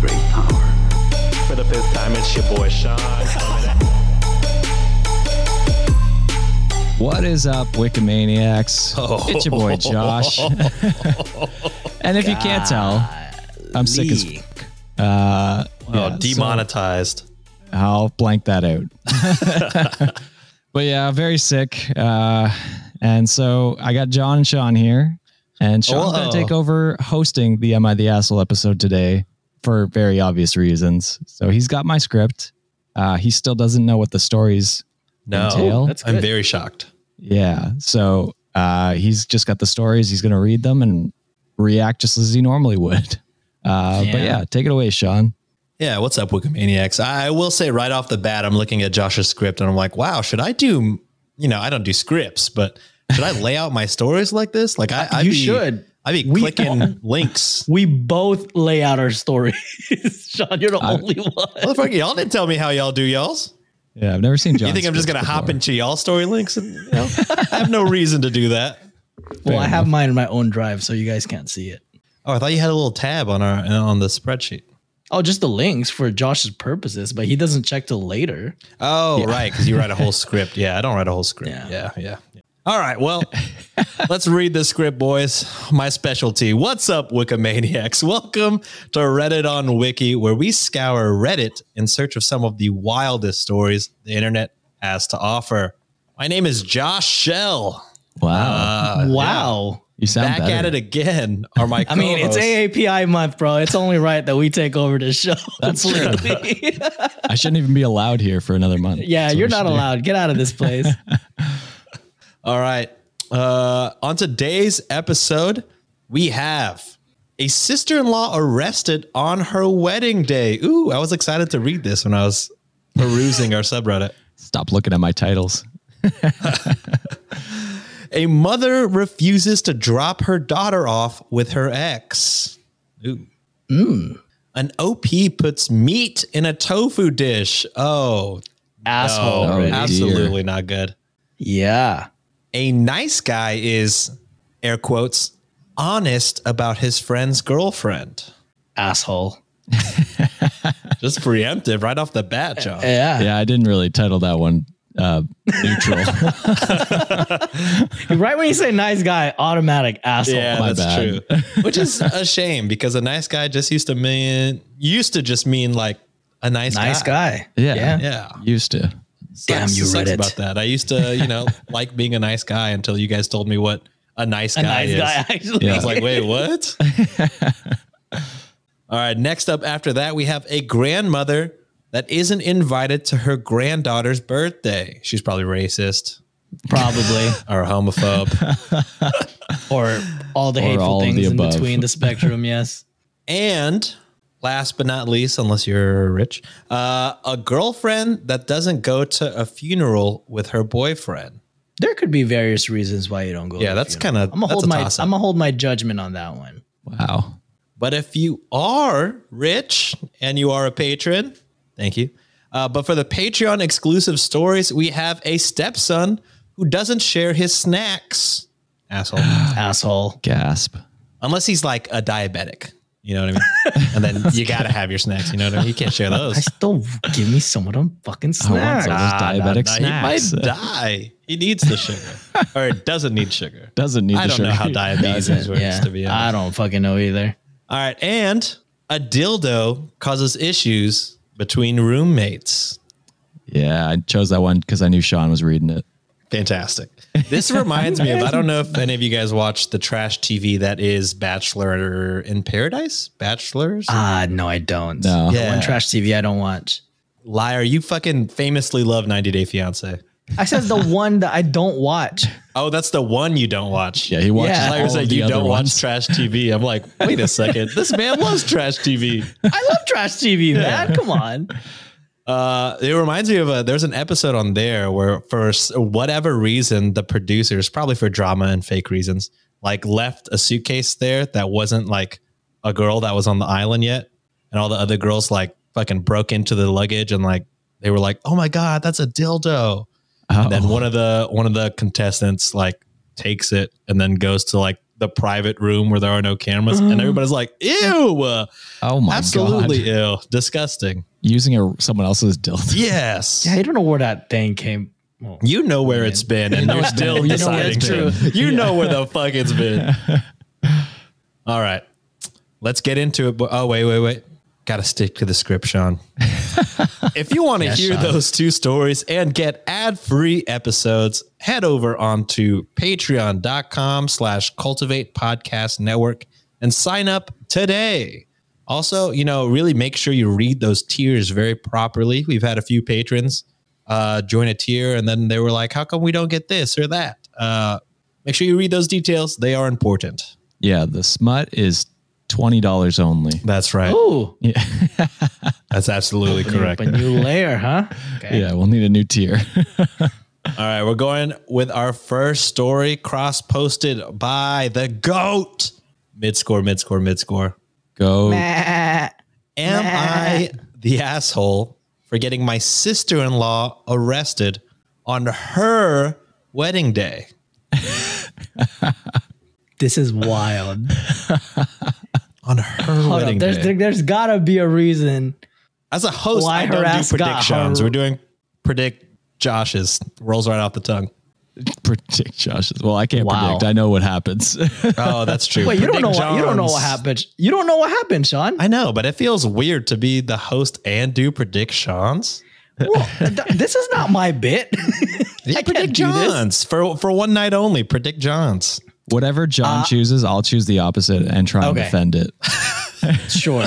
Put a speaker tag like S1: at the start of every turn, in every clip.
S1: Great power. For the fifth time, it's your boy Sean.
S2: What is up, Wikimaniacs?
S1: Oh.
S2: It's your boy Josh. and if you can't tell, I'm sick as
S3: Golly.
S2: fuck. Uh,
S1: Oh,
S2: yeah,
S1: demonetized.
S2: so I'll blank that out. but yeah, very sick. Uh, and so I got John and Sean here, and Sean's going
S1: Whoa.
S2: to take over hosting the "Am I the Asshole" episode today for very obvious reasons. So he's got my script. Uh, he still doesn't know what the stories
S1: no,
S2: entail.
S3: That's
S1: I'm
S3: good.
S1: very shocked.
S2: Yeah. So uh, he's just got the stories. He's going to read them and react just as he normally would. Uh, But
S3: Yeah.
S2: yeah, take it away, Sean.
S1: Yeah, what's up, Wikimaniacs? I I will say right off the bat, I'm looking at Josh's script and I'm like, wow, should I do, you know, I don't do scripts, but should I lay out my stories like this? Like, I, I'd
S3: you
S1: be,
S3: should.
S1: I'd be
S3: We-
S1: clicking links.
S3: We both lay out our stories. Sean, you're the
S2: I-
S3: only one.
S1: Motherfucker, y'all didn't tell me how y'all do y'all's.
S2: Yeah, I've never seen John.
S1: You think I'm just gonna hop into y'all story links? And, you know, I have no reason to do that.
S3: Well, I have mine in my own drive, so you guys can't see it.
S1: Oh, I thought you had a little tab on our on the spreadsheet.
S3: Oh, just the links for Josh's purposes, but he doesn't check till later.
S1: Oh, right, because you write a whole script. Yeah, I don't write a whole script.
S3: Yeah.
S1: Yeah, yeah. yeah. All right, well, let's read the script, boys. My specialty. What's up, Wikimaniacs? Welcome to Reddit on Wiki, where we scour Reddit in search of some of the wildest stories the internet has to offer. My name is Josh Shell.
S2: Wow.
S1: Uh,
S3: wow.
S2: you sound
S1: Back at it again are my
S3: I mean, it's
S1: co-hosts.
S3: AAPI month, bro. It's only right that we take over this show.
S2: That's true.
S3: completely.
S2: I shouldn't even be allowed here for another month.
S3: yeah,
S2: That's what
S3: you're
S2: we should
S3: not
S2: do.
S3: allowed. Get out of this place.
S1: All right. Uh, on today's episode, we have a sister in law arrested on her wedding day. Ooh, I was excited to read this when I was perusing our subreddit.
S2: Stop looking at my titles.
S1: A mother refuses to drop her daughter off with her ex. Ooh. An OP puts meat in a tofu dish. Oh,
S3: Asshole.
S1: no,
S3: already.
S1: absolutely not good.
S3: yeah.
S1: a nice guy is air quotes honest about his friend's girlfriend
S3: Asshole.
S1: just preemptive right off the bat john
S3: Yeah.
S2: Yeah, I didn't really title that one uh, neutral.
S3: Right when you say nice guy, automatic asshole.
S2: Oh, my
S1: that's
S2: bad.
S1: true which is a shame because a nice guy just used to mean used to just mean like a nice,
S3: Nice guy.
S2: Yeah.
S1: yeah
S2: Used to.
S3: Damn you,
S1: sucks
S3: Reddit.
S1: about that i used to you know like being a nice guy until you guys told me what a nice
S3: A
S1: guy
S3: nice
S1: is
S3: guy, actually.
S2: Yeah.
S1: I was like, wait, what? All right. Next up after that, we have a grandmother that isn't invited to her granddaughter's birthday. She's probably racist
S3: Probably.
S1: or homophobe.
S3: or all the hateful
S2: all of
S3: things
S2: the
S3: in
S2: above.
S3: between the spectrum. Yes.
S1: and last but not least, unless you're rich, uh, a girlfriend that doesn't go to a funeral with her boyfriend.
S3: There could be various reasons why you don't go.
S1: Yeah, that's kind of
S3: I'm gonna
S1: that's
S3: hold
S1: a
S3: my
S1: toss-up.
S3: I'm gonna hold my judgment on that one.
S2: Wow.
S1: But if you are rich and you are a patron, thank you. Uh, but for the Patreon exclusive stories, we have a stepson who doesn't share his snacks. Asshole.
S3: Asshole.
S2: Gasp.
S1: Unless he's like a diabetic. You know what I mean? and then you got to have your snacks. You know what I mean? You can't share
S3: I
S1: those.
S3: still give me some of them fucking
S2: I want
S3: snacks. Ah,
S2: some of those diabetic
S1: Nah,
S2: snacks. Uh,
S1: He might die. He needs the sugar or it doesn't need sugar.
S2: Doesn't need
S1: I
S2: the
S1: don't know
S2: sugar.
S1: how diabetes works,
S3: yeah,
S1: to be honest.
S3: I don't fucking know either.
S1: All right. And a dildo causes issues between roommates.
S2: Yeah, I chose that one because I knew Sean was reading it.
S1: Fantastic. This reminds me of I don't know if any of you guys watch the trash TV that is Bachelor in Paradise, Bachelors.
S2: Uh,
S3: Ah, no, I don't.
S2: No.
S3: That
S1: Yeah.
S3: one trash TV I don't watch.
S1: Liar, you fucking famously love 90 Day Fiance.
S3: I said the one that I don't watch.
S1: Oh, that's the one you don't watch.
S2: Yeah, he watches
S3: Yeah.
S2: all
S1: Liar
S2: of
S1: said
S2: the
S1: you
S2: other
S1: don't
S2: ones.
S1: watch trash TV. I'm like, wait a second, this man loves trash TV.
S3: I love trash TV, man. Come on.
S1: Uh, it reminds me of a there's an episode on there where for s- whatever reason the producers probably for drama and fake reasons like left a suitcase there that wasn't like a girl that was on the island yet and all the other girls like fucking broke into the luggage and like they were like oh my god that's a dildo
S2: Oh,
S1: and then one of the one of the contestants like takes it and then goes to like the private room where there are no cameras, and everybody's like, "Ew, uh,
S2: Oh my
S1: absolutely
S2: god!
S1: ew, disgusting."
S2: Using a someone else's dildo.
S1: Yes,
S3: Yeah, you don't know where that thing came. Well,
S1: you know where it's been, and you're still
S3: you know
S1: deciding
S3: it's
S1: to.
S3: true.
S1: You know where the fuck it's been. All right, let's get into it. But oh wait, wait, wait. Got to stick to the script, Sean. if you want to hear
S3: Sean.
S1: those two stories and get ad-free episodes, head over onto patreon.com slash cultivate podcast network and sign up today. Also, you know, really make sure you read those tiers very properly. We've had a few patrons uh, join a tier and then they were like, how come we don't get this or that? Uh, make sure you read those details. They are important.
S2: Yeah, the smut is twenty dollars only.
S1: That's right.
S3: oh,
S1: That's absolutely correct.
S3: a new layer, huh? Okay.
S2: Yeah, we'll need a new tier.
S1: All right, we're going with our first story cross posted by the GOAT. Midscore, midscore, midscore.
S2: Go.
S1: Am I the asshole for getting my sister in law arrested on her wedding day?
S3: This is wild.
S1: On her
S3: Hold
S1: wedding
S3: up. There's,
S1: day.
S3: there, there's gotta be a reason.
S1: As a host,
S3: Why
S1: I
S3: her
S1: don't
S3: ass
S1: do
S3: got
S1: predictions.
S3: her-
S1: We're doing predict Josh's. Rolls right off the tongue.
S2: predict Josh's. Well, I can't
S3: Wow.
S2: predict. I know what happens.
S1: Oh, that's true.
S3: Wait, you don't know
S1: Predict
S3: what you don't know what
S1: John's.
S3: happened. You don't know what happened, Sean.
S1: I know, but it feels weird to be the host and do predictions.
S3: Well, th- this is not my bit.
S1: Yeah,
S3: I
S1: predict
S3: can't do this.
S1: Johns for for one night only. Predict Johns.
S2: Whatever John
S3: Uh,
S2: chooses, I'll choose the opposite and try and
S3: Okay.
S2: defend it.
S3: Sure.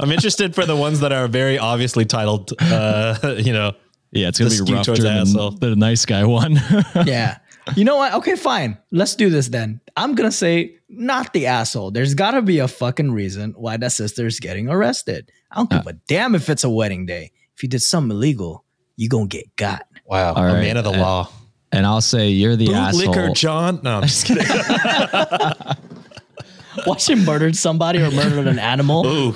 S1: I'm interested for the ones that are very obviously titled. Uh, you know,
S2: Yeah, it's gonna
S1: The
S2: be
S1: skew
S2: rough
S1: towards
S2: during the-
S1: asshole.
S2: the nice guy one.
S3: Yeah. You know what? Okay, fine. Let's do this then. I'm gonna say not the asshole. There's gotta be a fucking reason why that sister's getting arrested. I don't
S1: Uh.
S3: give a damn if it's a wedding day. If you did something illegal, you gonna get got.
S1: wow,
S2: All
S1: a
S2: right,
S1: man of the
S2: uh,
S1: law.
S2: and I'll say you're
S3: Uh,
S2: the
S1: Bootlicker
S2: asshole.
S1: John. No, I'm just kidding.
S3: Watch him murdered somebody or murdered an animal.
S1: Ooh,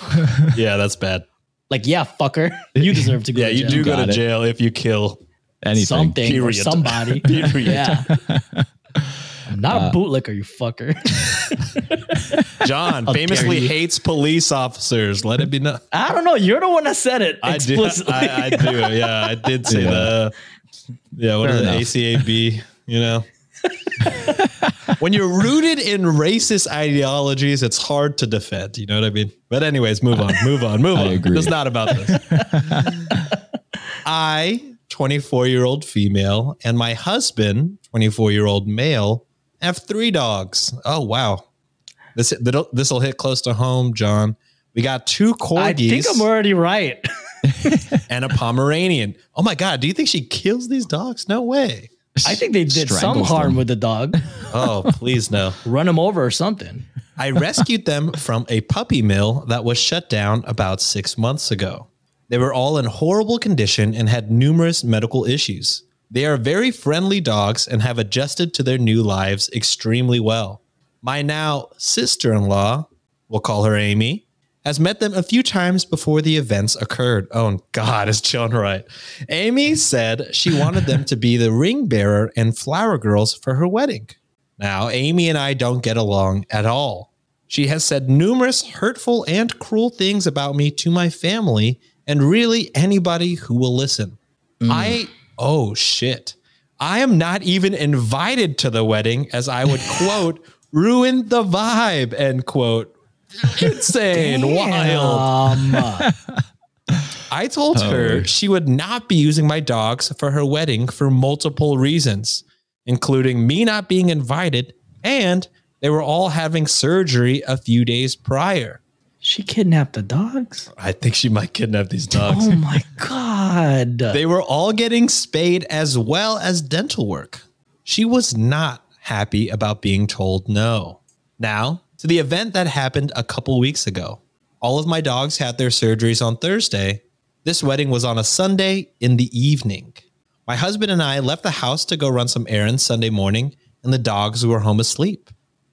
S1: yeah, that's bad.
S3: Like, yeah, fucker. You deserve to go
S1: Yeah,
S3: to
S1: you
S3: jail.
S1: do go
S2: Got
S1: to
S2: it.
S1: jail if you kill.
S2: Anything.
S3: something or
S1: Period.
S3: somebody.
S1: Period.
S3: Yeah. I'm not
S1: Uh,
S3: a bootlicker, you fucker.
S1: John famously hates police officers. Let it be known.
S3: I don't know. You're the one that said it
S1: I do.
S3: explicitly.
S1: I, uh, I do. Yeah, I did say
S2: Yeah.
S1: the. Yeah, what
S2: Fair
S1: is
S2: enough.
S1: it? ACAB. You know, when you're rooted in racist ideologies, it's hard to defend. You know what I mean? But anyways, move on. Move on. Move
S2: I
S1: on.
S2: agree.
S1: It's not about this. I, 24 year old female, and my husband, 24 year old male, have three dogs. Oh wow. This this will hit close to home, John. We got two corgis
S3: I think I'm already right.
S1: and a Pomeranian. Oh my God, do you think she kills these dogs? No way.
S3: I think they did some
S2: Strangles
S3: harm
S2: them.
S3: with the dog.
S1: Oh, please no.
S3: Run him over or something.
S1: I rescued them from a puppy mill that was shut down about six months ago. They were all in horrible condition and had numerous medical issues. They are very friendly dogs and have adjusted to their new lives extremely well. My now sister in law, we'll call her Amy, has met them a few times before the events occurred. Oh, God, is John right? Amy said she wanted them to be the ring bearer and flower girls for her wedding. Now, Amy and I don't get along at all. She has said numerous hurtful and cruel things about me to my family and really anybody who will listen. I, oh shit. I am not even invited to the wedding as I would quote, ruin the vibe, end quote. Insane, wild.
S3: Um, uh,
S1: I told her she would not be using my dogs for her wedding for multiple reasons, including me not being invited and they were all having surgery a few days prior.
S3: she kidnapped the dogs.
S1: I think she might kidnap these dogs.
S3: Oh my god.
S1: They were all getting spayed as well as dental work. She was not happy about being told no. Now, to the event that happened a couple weeks ago. All of my dogs had their surgeries on Thursday. This wedding was on a Sunday in the evening. My husband and I left the house to go run some errands Sunday morning, and the dogs were home asleep.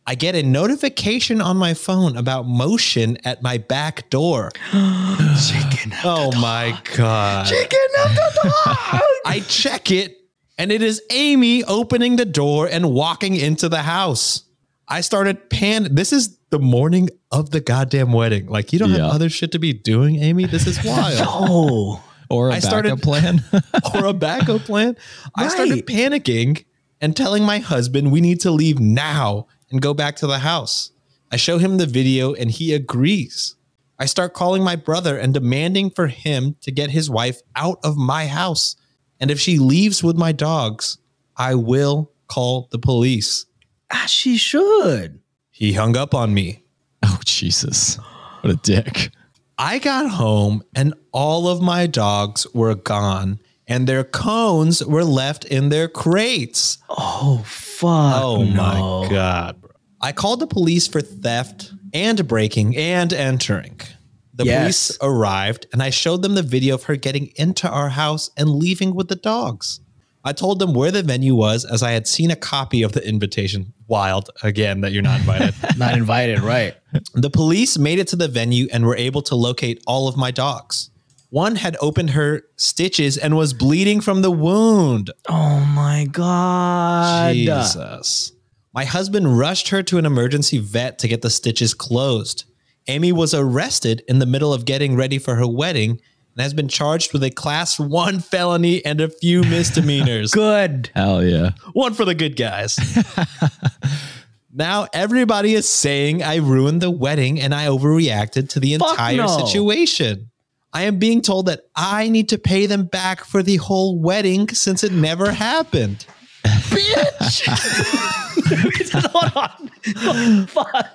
S1: I get a notification on my phone about motion at my back door. Oh my God.
S3: kidnapped the dog.
S1: I check it, and it is Amy opening the door and walking into the house. I started pan. This is the morning of the goddamn wedding. Like you don't
S2: Yeah.
S1: have other shit to be doing, Amy. This is wild.
S3: Yo.
S2: Or a
S1: I
S2: backup
S1: started-
S2: plan.
S1: or a backup plan. I started
S3: Right.
S1: panicking and telling my husband we need to leave now and go back to the house. I show him the video and he agrees. I start calling my brother and demanding for him to get his wife out of my house. And if she leaves with my dogs, I will call the police.
S3: As Ah, she should.
S1: He hung up on me.
S2: oh Jesus. What a dick.
S1: I got home and all of my dogs were gone and their cones were left in their crates.
S3: Oh fuck.
S1: Oh
S3: no.
S1: my god, bro. I called the police for theft and breaking and entering. The
S3: Yes.
S1: police arrived and I showed them the video of her getting into our house and leaving with the dogs. I told them where the venue was as I had seen a copy of the invitation. Wild again that you're not invited.
S3: Not invited, right?
S1: The police made it to the venue and were able to locate all of my dogs. One had opened her stitches and was bleeding from the wound.
S3: Oh my god.
S1: Jesus. My husband rushed her to an emergency vet to get the stitches closed. Amy was arrested in the middle of getting ready for her wedding and has been charged with a class one felony and a few misdemeanors.
S3: Good.
S2: Hell yeah.
S1: one for the good guys. now everybody is saying I ruined the wedding and I overreacted to the
S3: Fuck
S1: entire
S3: no.
S1: situation. I am being told that I need to pay them back for the whole wedding since it never happened.
S3: Hold on. fuck.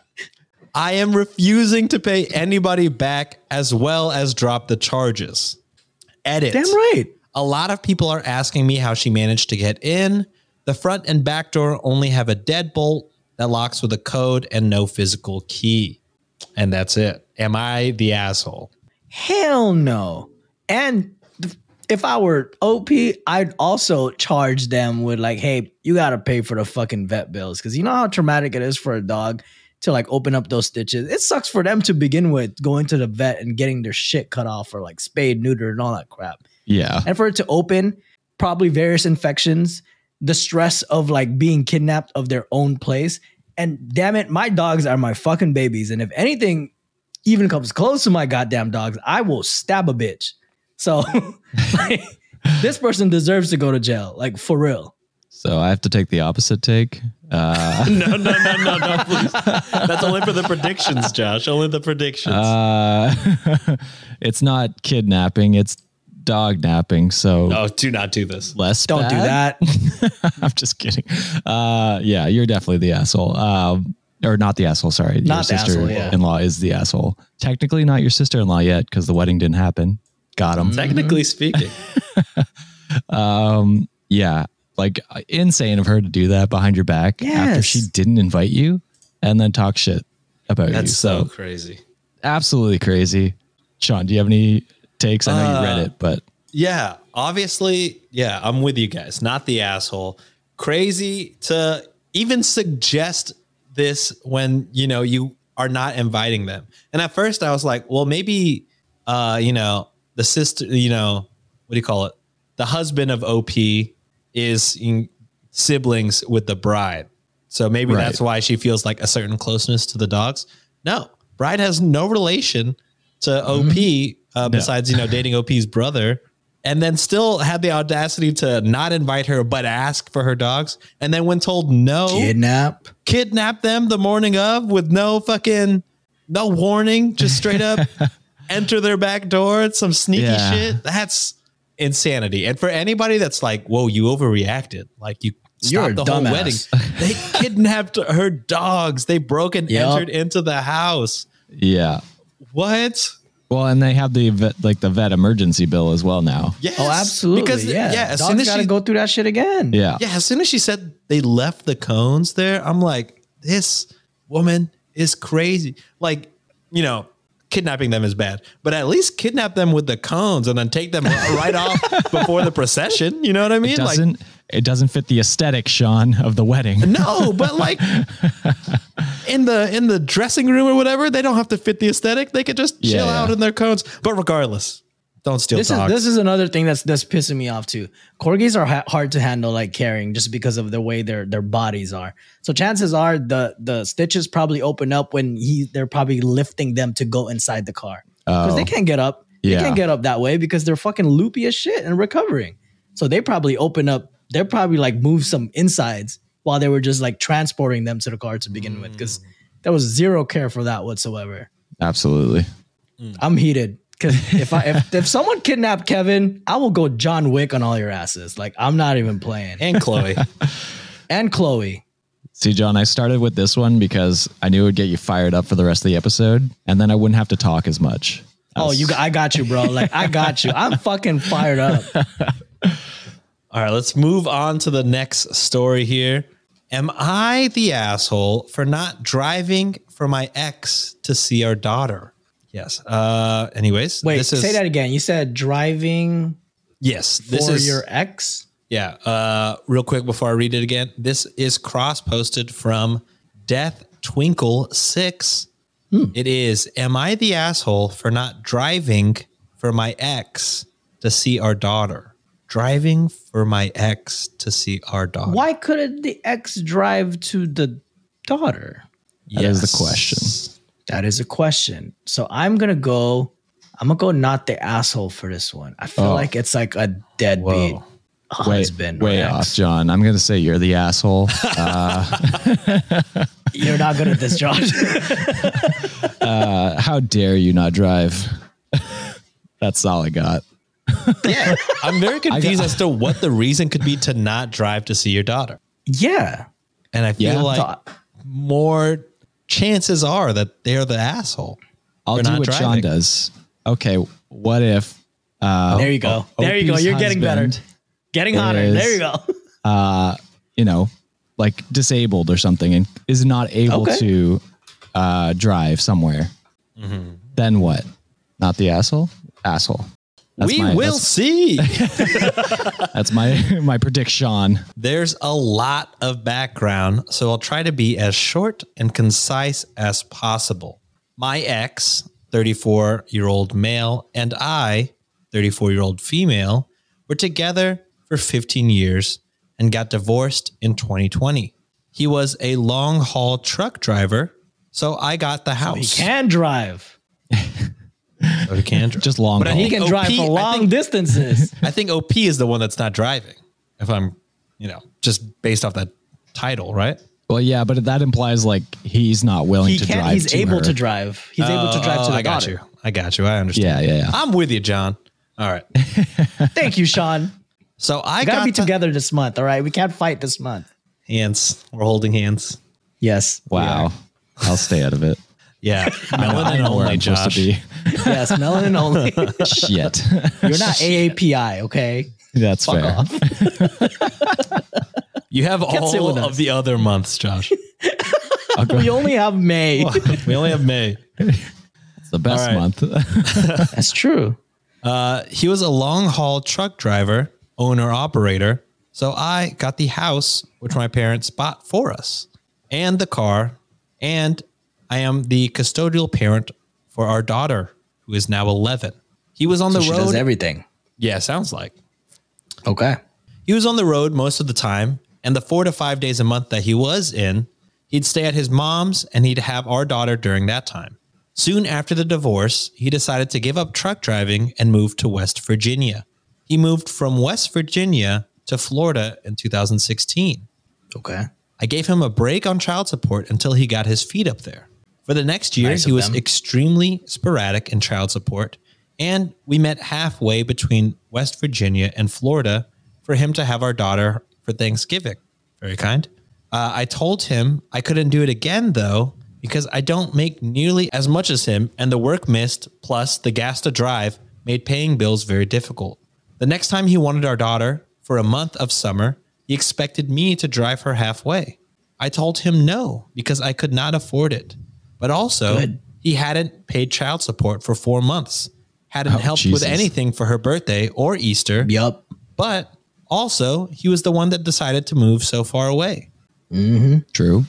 S1: I am refusing to pay anybody back as well as drop the charges. Edit.
S3: Damn right.
S1: A lot of people are asking me how she managed to get in. The front and back door only have a deadbolt that locks with a code and no physical key. And that's it. Am I the asshole?
S3: Hell no. And th- if I were OP, I'd also charge them with like, hey, you gotta pay for the fucking vet bills. Cause you know how traumatic it is for a dog to like open up those stitches. It sucks for them to begin with going to the vet and getting their shit cut off or like spayed, neutered, and all that crap.
S2: Yeah.
S3: And for it to open, probably various infections, the stress of like being kidnapped of their own place. And damn it, my dogs are my fucking babies. And if anything even comes close to my goddamn dogs, I will stab a bitch. So like, this person deserves to go to jail, like for real.
S2: So I have to take the opposite take. Uh,
S1: No, no, no, no, no, please. That's only for the predictions, Josh. Only the predictions.
S2: uh, it's not kidnapping, it's dog napping. So
S1: oh, do not do this.
S2: less
S3: Don't do
S2: bad.
S3: that.
S2: I'm just kidding. Uh, yeah, you're definitely the asshole. Um, or not the asshole. Sorry,
S3: Not the
S2: your
S3: asshole,
S2: sister
S3: yeah.
S2: in law is the asshole. Technically, not your sister in law yet because the wedding didn't happen. Got him.
S3: Mm-hmm.
S1: Technically speaking,
S2: Um, yeah, like uh, insane of her to do that behind your back after
S3: Yes.
S2: she didn't invite you and then talk shit about you.
S1: that's so crazy.
S2: absolutely crazy. Sean, do you have any takes? I know you read
S1: Uh,
S2: it, but
S1: Yeah, obviously, yeah, I'm with you guys. Not the asshole. Crazy to even suggest this when, you know, you are not inviting them. And at first I was like, well, maybe uh, you know, the sister, you know, what do you call it? The husband of OP is in siblings with the bride. So maybe
S2: Right.
S1: that's why she feels like a certain closeness to the dogs. No, bride has no relation to OP uh, besides you know dating OP's brother, and then still had the audacity to not invite her but ask for her dogs, and then when told no,
S3: Kidnap.
S1: kidnap them the morning of with no fucking no warning, just straight up enter their back door. It's some sneaky
S2: Yeah.
S1: shit. That's insanity. And for anybody that's like, whoa, you overreacted, like you.
S3: You're a
S1: stopped the whole
S3: dumbass.
S1: wedding. They kidnapped her dogs. They broke and
S3: Yep.
S1: entered into the house.
S2: yeah.
S1: What?
S2: Well, and they have the vet, like the vet emergency bill as well now.
S1: Yes.
S3: Oh, absolutely.
S1: Because
S3: yeah.
S1: yeah, as
S3: dogs
S1: soon as
S3: gotta
S1: she
S3: go through that shit again.
S2: Yeah.
S1: yeah, as soon as she said they left the cones there, I'm like, this woman is crazy. Like, you know, kidnapping them is bad, but at least kidnap them with the cones and then take them right off before the procession. You know what I mean? Like,
S2: doesn't it doesn't fit the aesthetic, Sean, of the wedding.
S1: no, but like in the in the dressing room or whatever, they don't have to fit the aesthetic. They could just
S2: Yeah,
S1: chill
S2: yeah.
S1: out in their cones. But regardless, Don't steal
S3: this
S1: dogs.
S3: is this is another thing that's that's pissing me off too. Corgis are ha- hard to handle, like carrying, just because of the way their their bodies are. So chances are the the stitches probably open up when he they're probably lifting them to go inside the car because
S2: Oh,
S3: they can't get up.
S2: Yeah.
S3: They can't get up that way because they're fucking loopy as shit and recovering. So they probably open up. They're probably like move some insides while they were just like transporting them to the car to begin with because
S2: Mm.
S3: there was zero care for that whatsoever.
S2: absolutely.
S3: I'm heated because if I if, if someone kidnapped Kevin, I will go John Wick on all your asses. Like I'm not even playing.
S1: and Chloe.
S3: And Chloe,
S2: See, John, I started with this one because I knew it would get you fired up for the rest of the episode, and then I wouldn't have to talk as much.
S3: oh you, got- I got you, bro. Like I got you. I'm fucking fired up.
S1: All right, let's move on to the next story here. Am I the asshole for not driving for my ex to see our daughter? Yes. Uh anyways,
S3: Wait,
S1: this is
S3: say that again. You said driving
S1: yes,
S3: for
S1: this is
S3: your ex.
S1: yeah, uh real quick before I read it again. This is cross-posted from Death Twinkle 6.
S3: Hmm.
S1: It is am I the asshole for not driving for my ex to see our daughter? Driving for my ex to see our daughter.
S3: Why couldn't the ex drive to the daughter?
S2: That is the question.
S3: That is a question. So I'm gonna go. I'm gonna go not the asshole for this one. I feel
S2: Oh.
S3: like it's like a deadbeat
S1: Whoa.
S2: way,
S3: husband. or
S2: way
S3: ex.
S2: off, John. I'm going to say you're the asshole.
S3: You're not good at this, Josh.
S2: Uh, how dare you not drive? That's all I got.
S1: Yeah. I'm very confused as to what the reason could be to not drive to see your daughter.
S3: yeah.
S1: And I feel
S2: Yeah.
S1: like
S3: So-
S1: more chances are that they're the asshole.
S2: I'll
S1: We're
S2: do
S1: not
S2: what John
S1: driving.
S2: does. Okay, what if? Uh,
S3: There you go. There you go.
S2: OP's
S3: You're getting better.
S2: husband
S3: Getting hotter.
S2: is-
S3: There you go.
S2: uh, you know, like disabled or something and is not able
S3: Okay.
S2: to uh, drive somewhere,
S1: Mm-hmm.
S2: then what? Not the asshole? Asshole. That's
S1: we
S2: my-
S1: will
S2: That's,
S1: see.
S2: that's my my prediction.
S1: There's a lot of background, so I'll try to be as short and concise as possible. My ex, 34 year old male, and I, 34 year old female, were together for 15 years and got divorced in 2020. He was a long haul truck driver, so I got the
S3: He
S1: house.
S3: can drive.
S1: So he can drive.
S2: Just long
S1: But I
S2: haul.
S1: think
S3: He can
S1: OP
S3: drive
S1: I
S3: for long
S1: think-
S3: distances.
S1: I think OP is the one that's not driving, if I'm, you know, just based off that title, right?
S2: Well, yeah, but that implies like he's not willing
S3: He
S2: to
S3: can.
S2: drive.
S3: He's
S2: to
S3: able
S2: her.
S3: to drive. He's able to drive
S1: Oh,
S3: to the
S1: I got
S3: daughter.
S1: you. I got you. I
S2: Yeah,
S1: understand.
S2: yeah, yeah.
S1: I'm with you, John. All right.
S3: Thank you, Sean.
S1: So I
S3: We gotta
S1: got
S3: be
S1: the-
S3: together this month. All right. We can't fight this month.
S1: hands. We're holding hands.
S3: Yes.
S2: Wow. I'll stay out of it.
S1: Yeah.
S2: I
S1: Melanin
S2: know where
S1: only,
S2: I'm supposed
S1: Josh.
S2: to be.
S3: Yes. Melanin only.
S2: Shit.
S3: You're not AAPI. Okay.
S2: That's
S3: Fuck
S2: fair.
S3: off.
S1: You have
S3: sit
S1: all
S3: with
S1: of
S3: us.
S1: the other months, Josh.
S2: I'll go,
S3: We only have May.
S1: we only have May.
S2: it's the best
S1: All right.
S2: month.
S3: That's true.
S1: Uh, he was a long haul truck driver, owner operator. So I got the house, which my parents bought for us, and the car. And I am the custodial parent for our daughter, who is now 11. He was on the
S3: she
S1: road.
S3: does everything.
S1: yeah, sounds like.
S3: Okay.
S1: He was on the road most of the time, and the four to five days a month that he was in, he'd stay at his mom's and he'd have our daughter during that time. Soon after the divorce, he decided to give up truck driving and move to West Virginia. He moved from West Virginia to Florida in 2016.
S3: Okay.
S1: I gave him a break on child support until he got his feet up there. For the next year,
S3: Nice
S1: he
S3: of
S1: was
S3: them.
S1: extremely sporadic in child support, and we met halfway between West Virginia and Florida for him to have our daughter for Thanksgiving. Very kind. Uh, I told him I couldn't do it again, though, because I don't make nearly as much as him, and the work missed, plus the gas to drive, made paying bills very difficult. The next time he wanted our daughter for a month of summer, he expected me to drive her halfway. I told him no because I could not afford it. But also,
S3: Good.
S1: he hadn't paid child support for four months, hadn't helped
S2: Jesus.
S1: with anything for her birthday or Easter.
S3: Yup.
S1: But also, he was the one that decided to move so far away.
S2: True.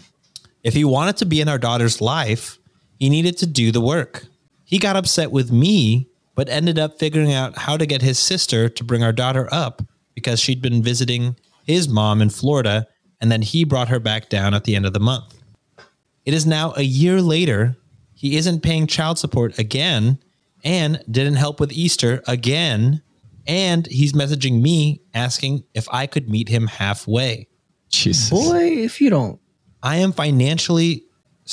S1: If he wanted to be in our daughter's life, he needed to do the work. He got upset with me but ended up figuring out how to get his sister to bring our daughter up because she'd been visiting his mom in Florida, and then he brought her back down at the end of the month. It is now a year later. He isn't paying child support again and didn't help with Easter again. And he's messaging me asking if I could meet him halfway.
S2: Jesus.
S3: Boy, if you don't.
S1: I am financially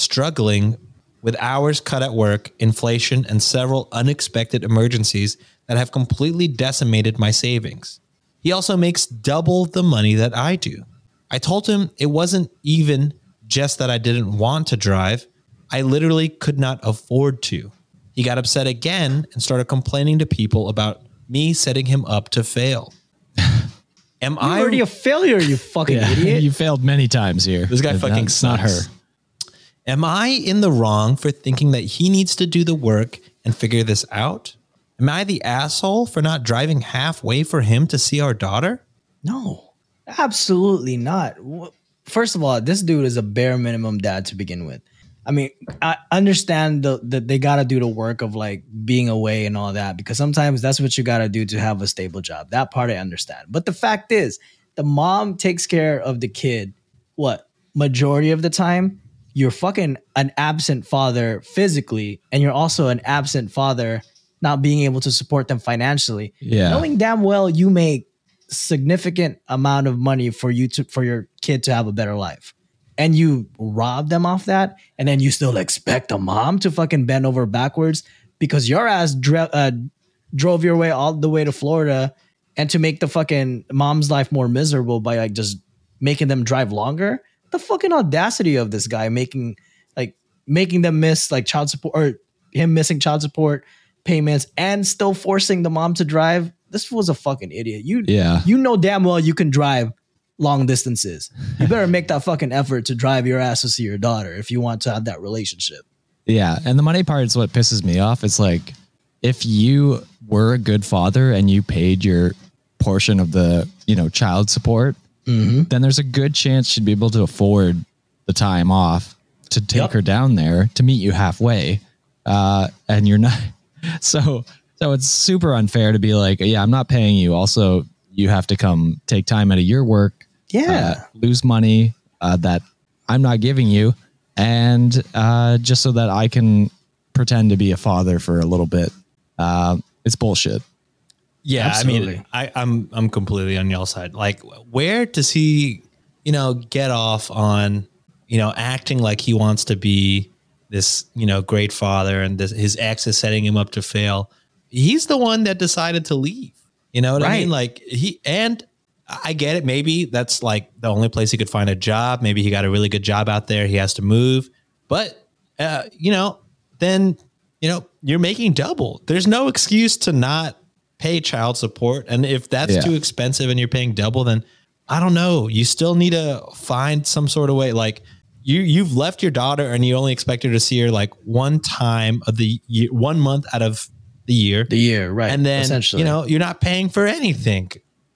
S1: struggling with hours cut at work, inflation, and several unexpected emergencies that have completely decimated my savings. He also makes double the money that I do. I told him it wasn't even just that I didn't want to drive, I literally could not afford to. He got upset again and started complaining to people about me setting him up to fail. Am
S3: You're
S1: I
S3: already a failure, you fucking
S2: Yeah.
S3: idiot.
S2: You failed many times here.
S1: This guy
S2: It's
S1: fucking
S2: not, it's not her.
S1: sucks. Am I in the wrong for thinking that he needs to do the work and figure this out? Am I the asshole for not driving halfway for him to see our daughter?
S3: No, absolutely not. Wh- First of all, this dude is a bare minimum dad to begin with. I mean, I understand the, that they got to do the work of like being away and all that because sometimes that's what you got to do to have a stable job. That part I understand. But the fact is, the mom takes care of the kid what majority of the time you're fucking an absent father physically and you're also an absent father not being able to support them financially
S2: Yeah.
S3: knowing damn well you make significant amount of money for you to for your kid to have a better life and you rob them off that and then you still expect a mom to fucking bend over backwards because your ass dre- uh, drove your way all the way to Florida and to make the fucking mom's life more miserable by like just making them drive longer. The fucking audacity of this guy making like making them miss like child support or him missing child support payments and still forcing the mom to drive. This was a fucking idiot. You
S2: Yeah.
S3: you know damn well you can drive long distances. You better make that fucking effort to drive your ass to see your daughter if you want to have that relationship.
S2: Yeah, and the money part is what pisses me off. It's like if you were a good father and you paid your portion of the you know child support, then there's a good chance she'd be able to afford the time off to take
S3: Yep.
S2: her down there to meet you halfway. Uh, and you're not so so it's super unfair to be like, yeah, I'm not paying you. Also, you have to come take time out of your work
S3: Yeah.
S2: uh, lose money uh, that I'm not giving you, and uh, just so that I can pretend to be a father for a little bit. Uh, it's bullshit.
S1: Yeah, I mean,
S3: Absolutely.
S1: I, I'm I'm completely on y'all side. Like, where does he, you know, get off on, you know, acting like he wants to be this, you know, great father, and this, his ex is setting him up to fail. He's the one that decided to leave. You know what I
S3: Right.
S1: mean? Like he and I get it. Maybe that's like the only place he could find a job. Maybe he got a really good job out there. He has to move, but uh, you know, then you know you're making double. There's no excuse to not pay child support. And if that's
S2: Yeah.
S1: too expensive and you're paying double, then I don't know. You still need to find some sort of way. Like you, you've left your daughter and you only expect her to see her like one time of the year, one month out of the year
S3: the year, right?
S1: and then
S3: essentially,
S1: you know you're not paying for anything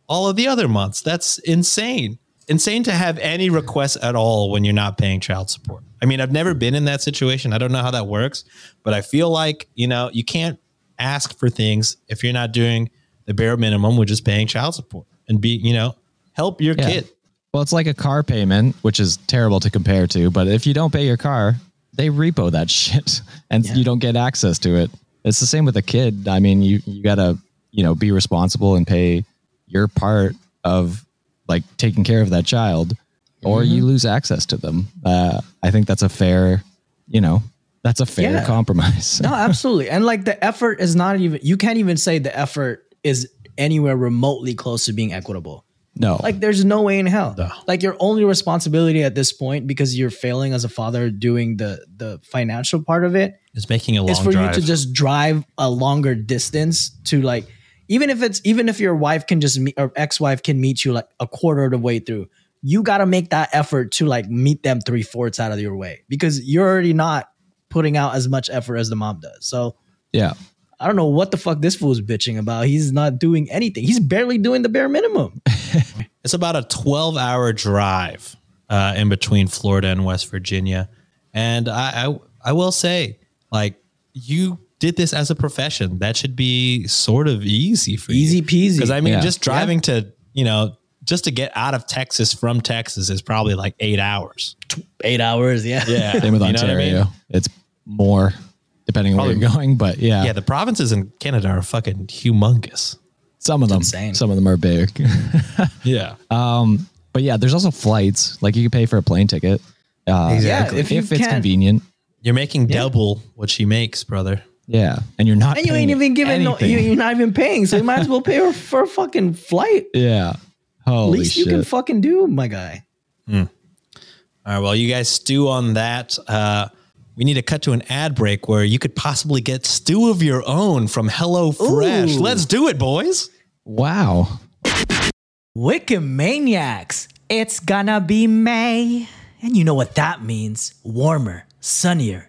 S1: all of the other months that's insane insane to have any requests at all when you're not paying child support i mean i've never been in that situation i don't know how that works but i feel like you know you can't ask for things if you're not doing the bare minimum which is paying child support and be you know help your
S2: Yeah.
S1: kid
S2: Well, it's like a car payment, which is terrible to compare to. But if you don't pay your car, they repo that shit, and you don't get access to it. It's the same with a kid. I mean, you you gotta you know be responsible and pay your part of like taking care of that child, or
S1: Mm-hmm.
S2: you lose access to them. Uh, I think that's a fair, you know, that's a fair
S3: Yeah.
S2: compromise.
S3: no, absolutely. And like the effort is not even. You can't even say the effort is anywhere remotely close to being equitable.
S2: no,
S3: Like there's no way in hell. Like your only responsibility at this point, because you're failing as a father doing the the financial part of it,
S1: is making a long
S3: is for
S1: drive
S3: you to just drive a longer distance to like even if it's even if your wife can just meet or ex-wife can meet you like a quarter of the way through you got to make that effort to like meet them three-fourths out of your way because you're already not putting out as much effort as the mom does so
S2: yeah,
S3: i don't know what the fuck this fool's bitching about he's not doing anything he's barely doing the bare minimum
S1: It's about a 12 hour drive uh, in between Florida and West Virginia. And I, I, I will say, like, you did this as a profession, that should be sort of easy for
S3: Easy
S1: you.
S3: peasy.
S1: Because I mean,
S2: Yeah.
S1: just driving to you know just to get out of Texas from Texas is probably like eight hours.
S3: Eight hours, yeah.
S1: Yeah,
S2: Same with
S1: You know what I
S2: Ontario.
S1: mean?
S2: It's more depending on where
S1: Probably-
S2: you're going, but yeah,
S1: Yeah, the provinces in Canada are fucking humongous.
S2: some of them,
S3: insane.
S2: some of them are big.
S1: Yeah,
S2: but yeah, there's also flights. Like you can pay for a plane ticket. Uh,
S3: Exactly.
S2: If,
S3: if you
S2: it's
S3: can.
S2: convenient.
S1: you're making double what she makes, brother.
S2: Yeah, and you're not.
S3: And you
S2: paying
S3: ain't even giving no,
S2: anything.
S3: you, you're not even paying, so you might as well pay her for a fucking flight.
S2: yeah. Holy
S3: Least
S2: shit.
S3: you can fucking do, my guy.
S1: All right, well, you guys stew on that. Uh, we need to cut to an ad break where you could possibly get stew of your own from HelloFresh.
S3: Ooh.
S1: Let's do it, boys.
S2: wow.
S3: Wicked maniacs, it's gonna be May. And you know what that means. Warmer, sunnier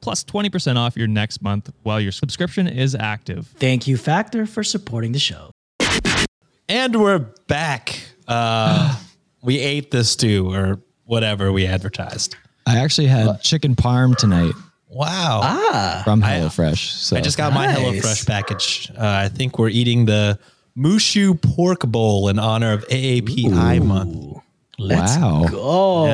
S4: plus 20% off your next month while your subscription is active.
S3: Thank you, Factor, for supporting the show.
S1: And we're back. Uh, we ate the stew or whatever we advertised.
S2: I actually had chicken parm tonight
S1: Wow.
S2: from HelloFresh. So
S1: I just got my
S3: Nice.
S1: HelloFresh package. Uh, I think we're eating the Mushu pork bowl in honor of AAPI month.
S3: Let's
S2: Wow.
S3: go.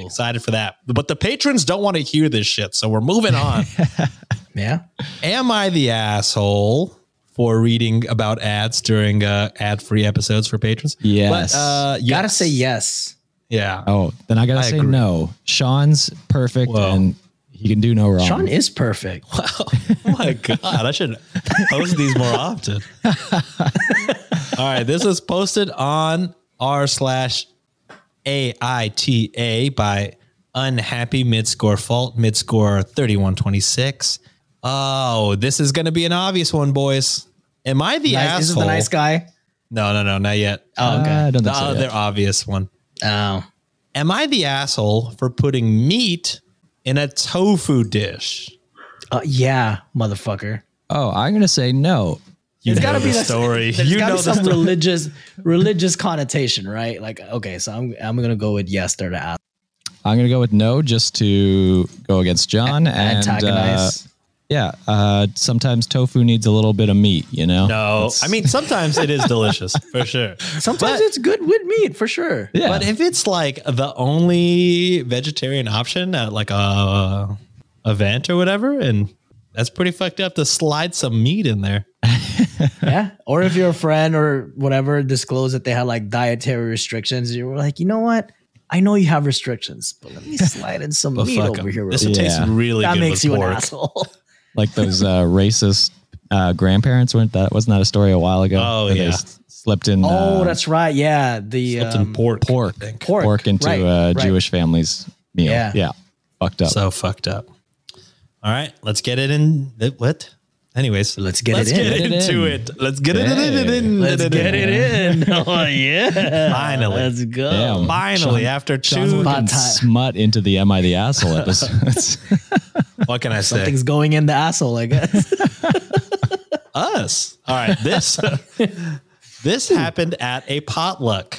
S1: Yeah, excited for that. But the patrons don't want to hear this shit, so we're moving on.
S3: Yeah.
S1: Am I the asshole for reading about ads during uh, ad-free episodes for patrons?
S2: Yes.
S1: But, uh, yes.
S3: Gotta say yes.
S1: Yeah.
S2: Oh, then I gotta say
S1: agree.
S2: no. Sean's perfect
S1: Whoa.
S2: and he can do no wrong.
S3: Sean is perfect.
S1: Oh my God, I should post these more often. All right, this is posted on r slash AITA by unhappy midscore fault midscore 3126. Oh, this is going to be an obvious one, boys. Am I the
S3: Nice-
S1: asshole?
S3: This is the nice guy.
S1: No, no, no, not yet.
S3: Oh, okay.
S2: Uh, I don't
S1: the
S2: think so.
S1: other
S2: yet.
S1: obvious one.
S3: Oh.
S1: Am I the asshole for putting meat in a tofu dish?
S3: Uh, yeah, motherfucker.
S2: Oh, I'm gonna say no.
S1: You
S3: It's
S1: know
S3: gotta be
S1: the
S3: the-
S1: story.
S3: There's
S1: You
S3: got
S1: know
S3: to be
S1: the
S3: some
S1: story.
S3: religious religious connotation, right? Like, okay, so I'm I'm gonna go with yes. They're the ass.
S2: I'm gonna go with no just to go against John and uh,
S3: Antagonize.
S2: yeah. Uh, sometimes tofu needs a little bit of meat, you know.
S1: No, I mean sometimes it is delicious for sure.
S3: Sometimes it's good with meat for sure.
S2: Yeah.
S1: But if it's like the only vegetarian option at like a event or whatever, and that's pretty fucked up to slide some meat in there.
S3: Yeah. Or if your friend or whatever disclosed that they had like dietary restrictions, you were like, you know what? I know you have restrictions, but let me slide in some
S1: But
S3: meat
S1: fuck
S3: over
S1: 'em.
S3: here. real
S1: This would
S3: quick."
S1: taste
S2: Yeah.
S1: really
S3: that
S1: good
S3: makes
S1: with
S3: you
S1: pork.
S3: an asshole.
S2: like those uh, racist uh, grandparents went that wasn't that a story a while ago
S1: Oh,
S2: Where they
S1: yeah.
S2: s- slipped in
S3: oh,
S2: uh,
S3: that's right. Yeah. The
S1: Slipped in
S3: um,
S1: pork.
S2: pork.
S1: I think.
S3: pork,
S2: pork into
S3: right,
S2: a
S3: right.
S2: jewish family's meal
S3: Yeah.
S2: yeah, fucked up
S1: So fucked up. All right, let's get it in. What? Anyways,
S3: Let's get
S1: let's
S3: it in.
S1: get
S2: Get it
S1: into
S2: in.
S1: it. Let's get it in. it in.
S3: Let's get it in. Oh yeah.
S1: Finally.
S3: Let's go.
S2: Damn.
S1: Finally, after two,
S3: Sean's-
S2: Fucking
S3: Bad time.
S2: smut into the am i the asshole episodes
S1: what can I say?
S3: Something's going in the asshole, I guess.
S1: us. All right, this this happened at a potluck.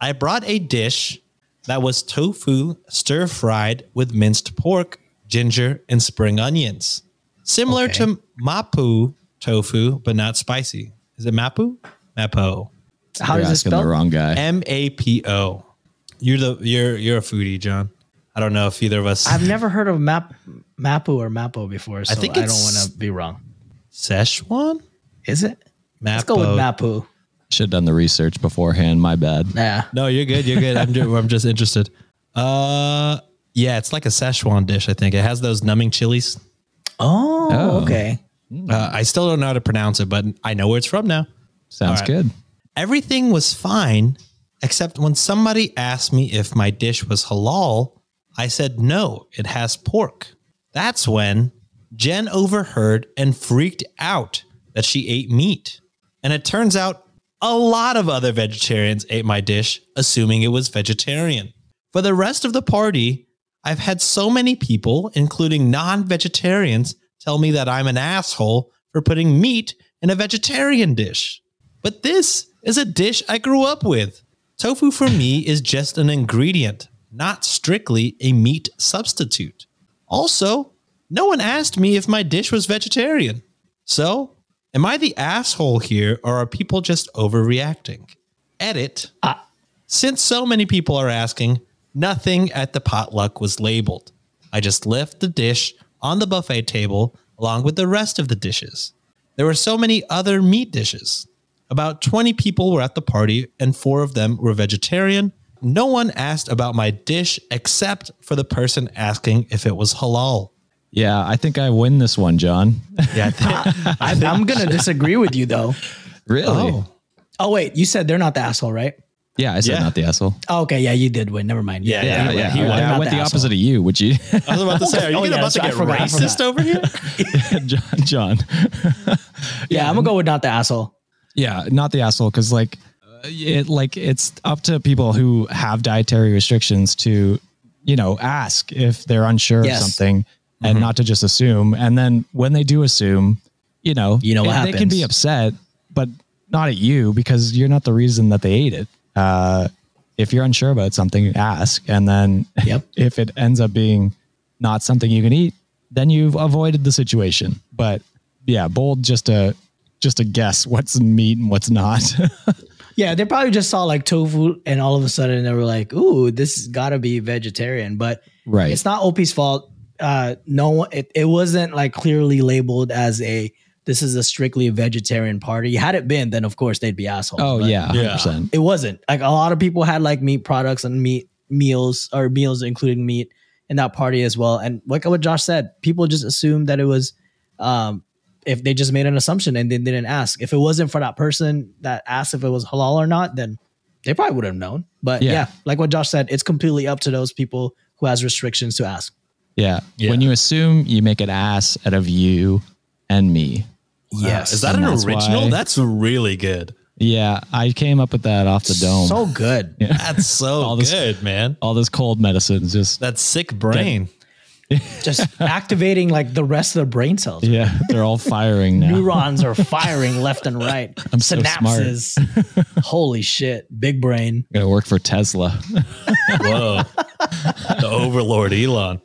S1: I brought a dish that was tofu stir fried with minced pork ginger, and spring onions. Similar
S3: Okay.
S1: to mapu tofu, but not spicy. Is it mapu? Mapo.
S3: How
S2: You're
S3: is it
S2: asking the
S3: spelled?
S2: wrong guy.
S1: M A P O. You're the you're you're a foodie, John. I don't know if either of us
S3: I've never heard of map mapu or mapo before, so I,
S1: think
S3: don't
S1: it's-
S3: want to be wrong.
S1: Szechuan?
S3: Is it? Let's
S1: Mapo.
S3: go with mapu.
S2: Should have done the research beforehand. My bad.
S3: Yeah.
S1: No, you're good. You're good. I'm just, I'm just interested. Uh, yeah, it's like a Szechuan dish. I think it has those numbing chilies.
S3: Oh,
S2: Oh.
S3: okay.
S1: Uh, I still don't know how to pronounce it, but I know where it's from now.
S2: Sounds
S1: All right.
S2: good.
S1: Everything was fine, except when somebody asked me if my dish was halal, I said no, it has pork. That's when Jen overheard and freaked out that she ate meat. And it turns out a lot of other vegetarians ate my dish, assuming it was vegetarian. For the rest of the party, I've had so many people, including non vegetarians, tell me that I'm an asshole for putting meat in a vegetarian dish. But this is a dish I grew up with. Tofu for me is just an ingredient, not strictly a meat substitute. Also, no one asked me if my dish was vegetarian. So, am I the asshole here or are people just overreacting? Edit. Since so many people are asking, nothing at the potluck was labeled. I just left the dish on the buffet table along with the rest of the dishes. There were so many other meat dishes. About 20 people were at the party, and four of them were vegetarian. No one asked about my dish except for the person asking if it was halal.
S2: Yeah, I think I win this one, John.
S1: Yeah, I think-
S3: I, I'm gonna disagree with you though.
S2: really?
S1: oh,
S3: Oh wait, you said they're not the asshole, right?
S2: Yeah, I said
S1: Yeah.
S2: not the asshole.
S3: Oh, okay, yeah, you did win. Never mind.
S1: Yeah, yeah,
S3: you win.
S1: yeah,
S2: Yeah,
S1: he
S3: They're
S1: won.
S2: I
S3: not
S2: went the
S3: asshole.
S2: opposite of you, which you,
S1: I was about to say, are you
S3: Oh, yeah,
S1: about to
S3: so I
S1: get
S3: forgot, I
S1: racist
S3: forgot.
S1: over here?
S2: John. John.
S3: Yeah, I'm gonna go with not the asshole.
S2: Yeah, not the asshole because like uh, it like it's up to people who have dietary restrictions to you know ask if they're unsure
S3: Yes. Mm-hmm.
S2: of something and not to just assume. And then when they do assume, you know,
S3: You know what
S2: it- they can be
S3: happens.
S2: upset, but not at you because you're not the reason that they ate it. Uh, if you're unsure about something, ask, and then
S3: Yep.
S2: if it ends up being not something you can eat, then you've avoided the situation. But yeah, bold just a just a guess what's meat and what's not.
S3: Yeah, they probably just saw like tofu, and all of a sudden they were like, "Ooh, this has got to be vegetarian." But
S2: Right.
S3: it's not Opie's fault. Uh, no, one- it, it wasn't like clearly labeled as a this is a strictly vegetarian party. Had it been, then of course they'd be assholes.
S2: oh
S3: but
S2: yeah,
S1: Yeah.
S2: hundred percent.
S3: it wasn't. Like a lot of people had like meat products and meat meals or meals including meat in that party as well. And like what Josh said, people just assumed that it was um if they just made an assumption and they didn't ask. If it wasn't for that person that asked if it was halal or not, then they probably would have known. But yeah.
S2: Yeah.
S3: like what Josh said, it's completely up to those people who has restrictions to ask.
S2: Yeah.
S1: Yeah.
S2: When you assume, you make an ass out of you and me.
S3: Yes.
S1: Is that
S2: And
S1: an
S2: that's
S1: original?
S2: why-
S1: That's really good.
S2: Yeah, I came up with that off the dome.
S3: so good?
S1: That's so
S2: this-
S1: good, man.
S2: All this cold medicine is just
S1: That sick brain.
S3: Just activating like the rest of the brain cells.
S2: yeah, they're all firing now.
S3: neurons are firing left and right.
S2: I'm so smart.
S3: Synapses. Holy shit. Big brain.
S2: Gonna work for Tesla.
S1: Whoa. the overlord Elon.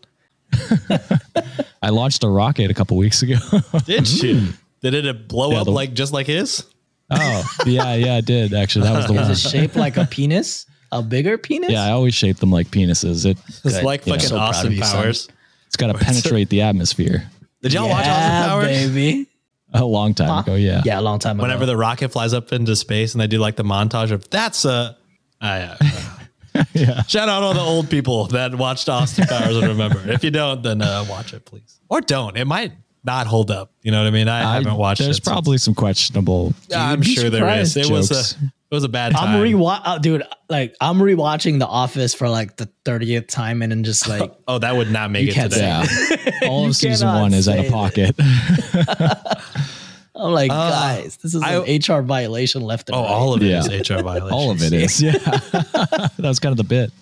S2: I launched a rocket a couple weeks ago.
S1: Did you? Did it blow
S2: Yeah,
S1: up
S2: the-
S1: like just like his?
S2: oh, yeah, yeah, I did actually. That was the one.
S3: Is it shaped like a penis? A bigger penis?
S2: Yeah, I always shape them like penises. It
S1: It's
S3: Good.
S1: like
S2: Yeah.
S1: fucking
S2: So
S3: proud of
S1: Austin
S3: you, son.
S1: Powers.
S2: it's got to penetrate the atmosphere.
S1: Did y'all watch
S3: Yeah,
S1: Austin Powers?
S3: baby.
S2: A long time ago, yeah.
S3: Yeah, a long time ago.
S1: Whenever the rocket flies up into space and they do like the montage of that's a. I, uh,
S2: Yeah.
S1: Shout out all the old people that watched Austin Powers and remember. If you don't, then uh, watch it, please. Or don't. It might not hold up. You know what I mean? I, haven't watched
S2: There's
S1: it. since-
S2: probably some questionable.
S1: I'm sure there is. It was
S2: Jokes.
S1: a. It was a bad time.
S3: I'm rewatch oh, dude, like I'm rewatching The Office for like the 30th time and then just like
S1: oh, that would not make
S3: You
S1: it
S3: can't
S1: today.
S2: Yeah. All
S3: You
S2: of season
S3: cannot
S2: one is out of
S3: say that.
S2: pocket.
S3: I'm like, guys, this is
S1: Uh, I-
S3: an HR violation left and
S1: Oh,
S3: right.
S1: all of it
S2: Yeah.
S1: is HR violation.
S2: All of it is. Yeah. That's kind of the bit.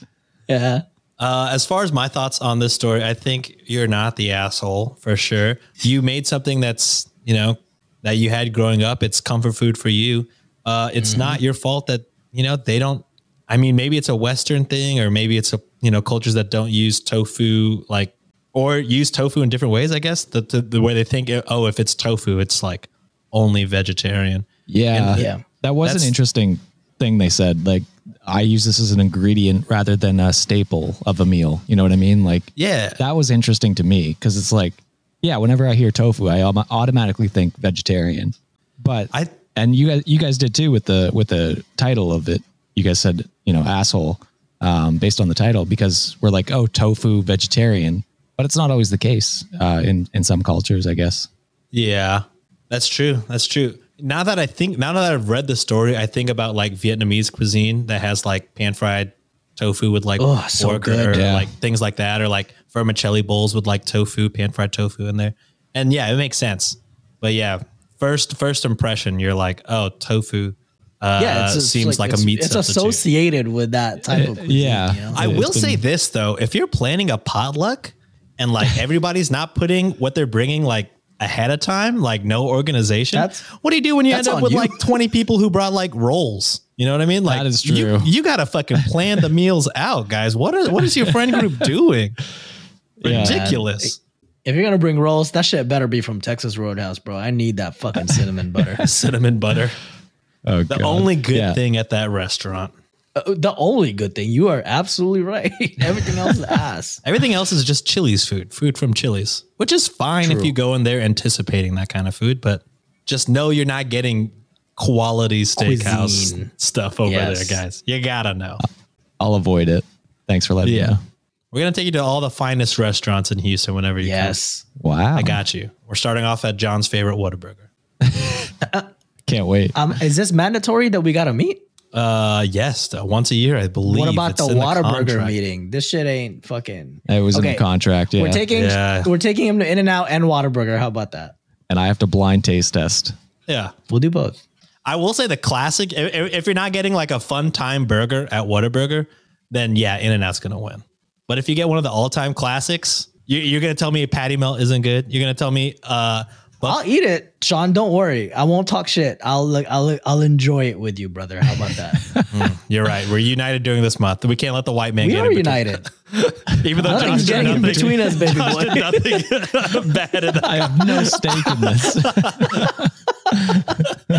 S3: yeah.
S1: Uh, as far as my thoughts on this story, I think you're not the asshole for sure. You made something that's you know that you had growing up. It's comfort food for you. Uh, it's not your fault that you know they don't. I mean, maybe it's a Western thing, or maybe it's a you know cultures that don't use tofu like or use tofu in different ways. I guess the the, the way they think. Oh, if it's tofu, it's like only vegetarian.
S2: Yeah.
S1: And-
S3: Yeah.
S2: That was an
S1: That's-
S2: interesting thing they said. Like, I use this as an ingredient rather than a staple of a meal. You know what I mean? Like,
S1: Yeah,
S2: that was interesting to me because it's like, yeah, whenever I hear tofu, I alma- automatically think vegetarian. But
S1: I-
S2: and you guys, you guys did too with the with the title of it. You guys said you know asshole um, based on the title because we're like, oh, tofu vegetarian, but it's not always the case uh, in in some cultures, I guess.
S1: Yeah, that's true. That's true. Now that I think, now that I've read the story, I think about like Vietnamese cuisine that has like pan fried tofu with like
S3: Oh, so
S1: pork
S3: good.
S1: or
S2: Yeah.
S1: like things like that, or like vermicelli bowls with like tofu, pan fried tofu in there. And yeah, it makes sense. But yeah, first first impression, you're like, oh, tofu. Uh,
S3: yeah, it's, it's
S1: seems like,
S3: it's,
S1: a meat
S3: It's
S1: substitute.
S3: associated with that type of cuisine.
S2: yeah.
S3: you know?
S1: I
S2: It's
S1: will
S2: been-
S1: say this though, if you're planning a potluck and like everybody's not putting what they're bringing like ahead of time, like no organization,
S3: That's-
S1: what do you do when you
S3: that's
S1: end up
S3: on
S1: with
S3: you.
S1: like 20 people who brought like rolls? You know what I mean? Like
S2: That is
S1: You,
S2: true.
S1: you gotta fucking plan the meals out, guys. What is what is your friend group doing?
S2: Yeah.
S1: Ridiculous.
S3: If you're gonna bring rolls, that shit better be from Texas Roadhouse, bro. I need that fucking cinnamon butter.
S1: Cinnamon butter.
S2: Oh,
S1: The only good
S2: Yeah.
S1: thing at that restaurant.
S3: Uh, the only good thing, you are absolutely right. Everything else is ass.
S1: Everything else is just Chili's food, food from Chili's, which is fine if you go in there anticipating that kind of food, but just know you're not getting quality steakhouse
S3: Cuisine.
S1: stuff over
S3: Yes.
S1: there, guys. You gotta know.
S2: I'll avoid it. Thanks for letting me. know.
S1: We're gonna take you to all the finest restaurants in Houston whenever you
S3: Yes.
S2: Wow.
S1: come. I got you. We're starting off at John's favorite Whataburger.
S2: Can't wait.
S3: Um, is this mandatory that we gotta meet?
S1: Uh yes, the- once a year, I believe.
S3: What about
S1: It's
S3: the
S1: in
S3: Waterburger
S1: contract.
S3: meeting? This shit ain't fucking.
S2: It was in the contract. Yeah.
S3: We're taking
S1: Yeah.
S3: we're taking him to In and Out and Waterburger. How about that?
S2: and I have to blind taste test.
S1: Yeah.
S3: We'll do both.
S1: I will say the classic if, if if you're not getting like a fun time burger at Whataburger, then yeah, In N Out's gonna win. But if you get one of the all time classics, you, you're gonna tell me patty melt isn't good. You're gonna tell me uh buff-
S3: I'll eat it, Sean. Don't worry. I won't talk shit. I'll look. I'll I'll enjoy it with you, brother. How about that?
S1: you're right. We're united during this month. We can't let the white man
S3: We
S1: get
S3: are
S1: in between-
S3: united.
S1: Even though
S3: Nothing's
S1: Josh did
S3: getting in
S1: nothing,
S3: between us, baby
S1: Josh
S3: boy.
S1: did nothing bad in that.
S2: I have no stake in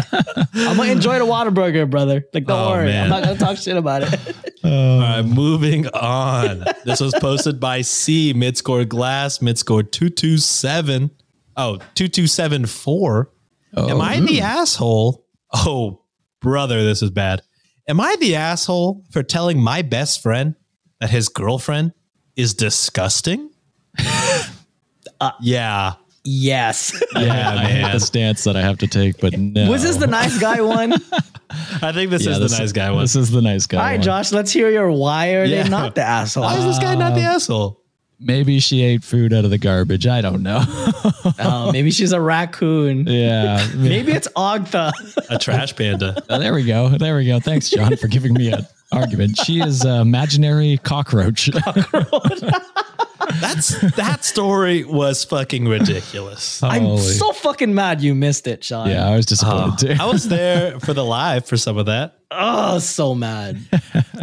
S2: this.
S3: I'm gonna enjoy the Waterburger, brother. Like, don't
S1: Oh,
S3: worry.
S1: man.
S3: I'm not gonna talk shit about it.
S1: All right, moving on. This was posted by C midscore glass midscore two two seven. Oh, 2274. Am I the asshole? Oh, brother, this is bad. Am I the asshole for telling my best friend that his girlfriend is disgusting? Uh, yeah.
S3: yes.
S1: Yeah,
S2: I hate
S1: man.
S2: the stance that I have to take, but no.
S3: Was this the nice guy one? All
S1: I think this
S2: Yeah,
S1: is
S2: this-
S1: the nice guy one.
S2: This is the nice guy.
S3: right,
S2: one.
S3: Josh. Let's hear your why are
S1: Yeah.
S3: they not the asshole?
S1: Why is this guy not the asshole?
S2: Maybe she ate food out of the garbage. I don't know.
S3: Oh, maybe she's a raccoon.
S2: yeah.
S3: Maybe it's Ogtha.
S1: A trash panda.
S2: Oh, there we go. There we go. Thanks, John, for giving me an argument. She is an imaginary cockroach.
S1: That's that story was fucking ridiculous.
S2: Holy-
S3: I'm so fucking mad you missed it, Sean.
S2: yeah, I was disappointed too.
S1: I was there for the live for some of that,
S3: Oh, so mad.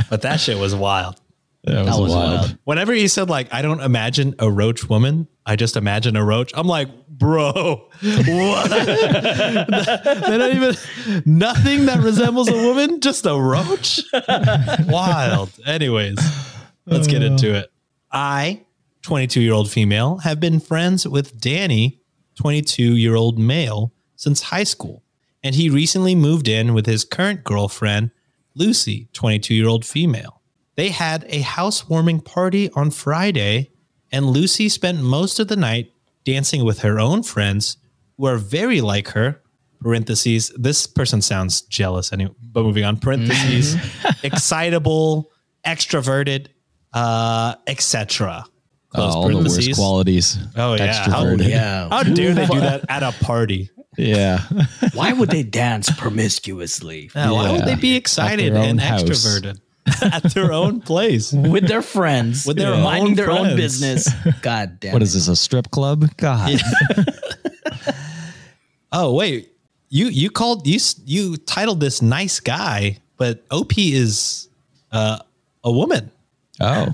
S1: but that shit was wild.
S2: That was,
S3: was
S2: wild.
S3: wild.
S1: Whenever he said like, I don't imagine a roach woman, I just imagine a roach. I'm like, bro, what? they don't even nothing that resembles a woman, just a roach. Wild. Anyways, let's get into it. I, 22 year old female, have been friends with Danny, 22 year old male, since high school, and he recently moved in with his current girlfriend, Lucy, 22 year old female. They had a housewarming party on Friday, and Lucy spent most of the night dancing with her own friends who are very like her. Parentheses. This person sounds jealous. Anyway, but moving on. Parentheses. excitable, extroverted, uh, etc.
S2: Oh, all the worst qualities.
S1: Oh, yeah. How-
S2: Extroverted.
S3: Yeah.
S1: How dare they do that at a party?
S2: yeah.
S3: Why would they dance promiscuously
S1: Now, Oh, Why would
S2: Yeah.
S1: they be excited
S2: own
S1: and
S2: house.
S1: extroverted at their own place?
S3: with their friends,
S1: With their
S3: minding
S1: own
S3: their own
S1: friends.
S3: business? God damn.
S2: What
S3: it.
S2: is this? A strip club? God.
S1: Oh wait, you you called you s- you titled this nice guy, but OP is uh, a woman.
S2: Oh.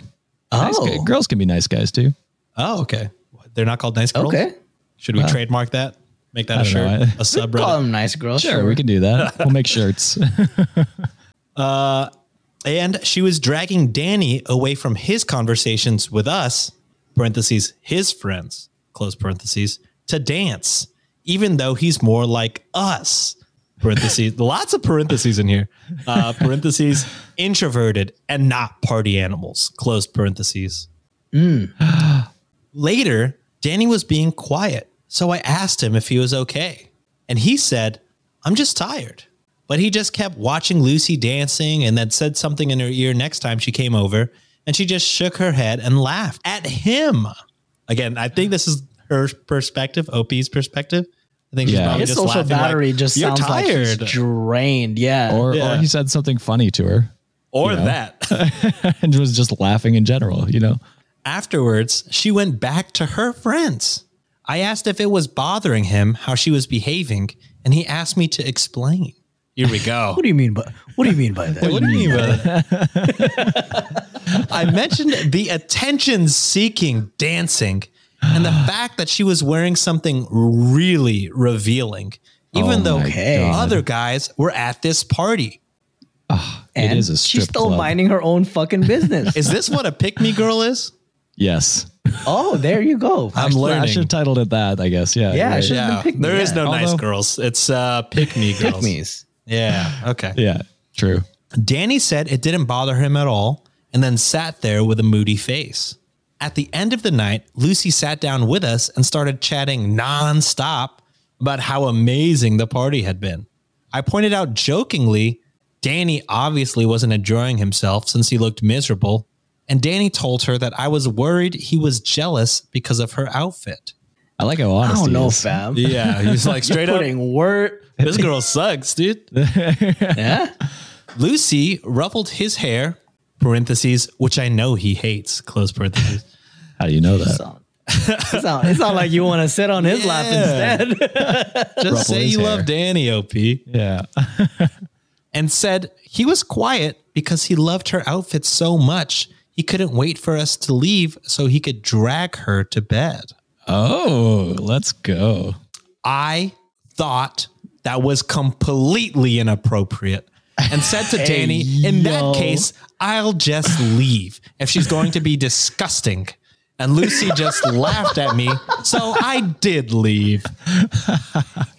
S2: Nice
S3: Oh.
S2: guy- Girls can be nice guys too.
S1: Oh, okay. They're not called nice girls.
S3: Okay.
S1: Should we trademark that? Make that
S2: Uh,
S1: a
S2: I don't
S1: shirt,
S2: know.
S1: a sub
S3: Call them nice girls.
S2: Sure, we can do that. We'll make shirts.
S1: And she was dragging Danny away from his conversations with us, parentheses, his friends, close parentheses, to dance, even though he's more like us, parentheses, lots of parentheses in here, uh, parentheses, introverted and not party animals, close parentheses. Later, Danny was being quiet, so I asked him if he was okay. And he said, I'm just tired. But he just kept watching Lucy dancing and then said something in her ear next time she came over. And she just shook her head and laughed at him. Again, I think this is her perspective, OP's perspective. I think she's
S2: Yeah.
S1: probably
S3: His
S1: just
S3: social
S1: laughing, like,
S3: battery just
S1: You're
S3: sounds
S1: tired.
S3: like he's drained. Yeah.
S2: Or,
S1: Yeah.
S2: or he said something funny to her
S1: or that.
S2: and was just laughing in general, you know?
S1: Afterwards, she went back to her friends. I asked if it was bothering him how she was behaving, and he asked me to explain. Here we go.
S3: what do you mean by what do you mean by that?
S1: What do you mean by that? I mentioned the attention seeking dancing and the fact that she was wearing something really revealing, even
S2: Oh
S1: though
S2: my God.
S1: other guys were at this party.
S2: it
S3: And
S2: is a strip
S3: she's still
S2: club.
S3: minding her own fucking business.
S1: Is this what a pick me girl is?
S2: Yes.
S3: oh, there you go.
S1: I'm
S2: I should
S1: learning.
S2: have titled it that, I guess. Yeah.
S3: Yeah, I
S2: you're
S3: should- should've been
S1: Yeah,
S3: pick me,
S1: there is
S3: yeah.
S1: no nice
S2: Although-
S1: girls. It's uh, pick me girls.
S3: Means.
S1: Yeah. Okay.
S2: Yeah. True.
S1: Danny said it didn't bother him at all and then sat there with a moody face. At the end of the night, Lucy sat down with us and started chatting nonstop about how amazing the party had been. I pointed out jokingly, Danny obviously wasn't enjoying himself since he looked miserable. And Danny told her that I was worried he was jealous because of her outfit.
S2: I like how
S3: I
S2: honest
S3: don't
S2: he
S3: know,
S2: is.
S3: fam.
S1: Yeah, he's like straight
S3: Putting word.
S1: This girl sucks, dude.
S3: Yeah.
S1: Lucy ruffled his hair, parentheses, which I know he hates, close parentheses.
S2: How do you know that?
S3: So- It's not, it's not like you want to sit on his lap
S1: Yeah.
S3: instead.
S1: Just say
S2: his
S1: you
S2: hair.
S1: love Danny, OP.
S2: Yeah.
S1: And said he was quiet because he loved her outfit so much, he couldn't wait for us to leave so he could drag her to bed.
S2: Oh, let's go.
S1: I thought that was completely inappropriate and said to Danny, in that case, I'll just leave if she's going to be disgusting. And Lucy just laughed at me. So I did leave.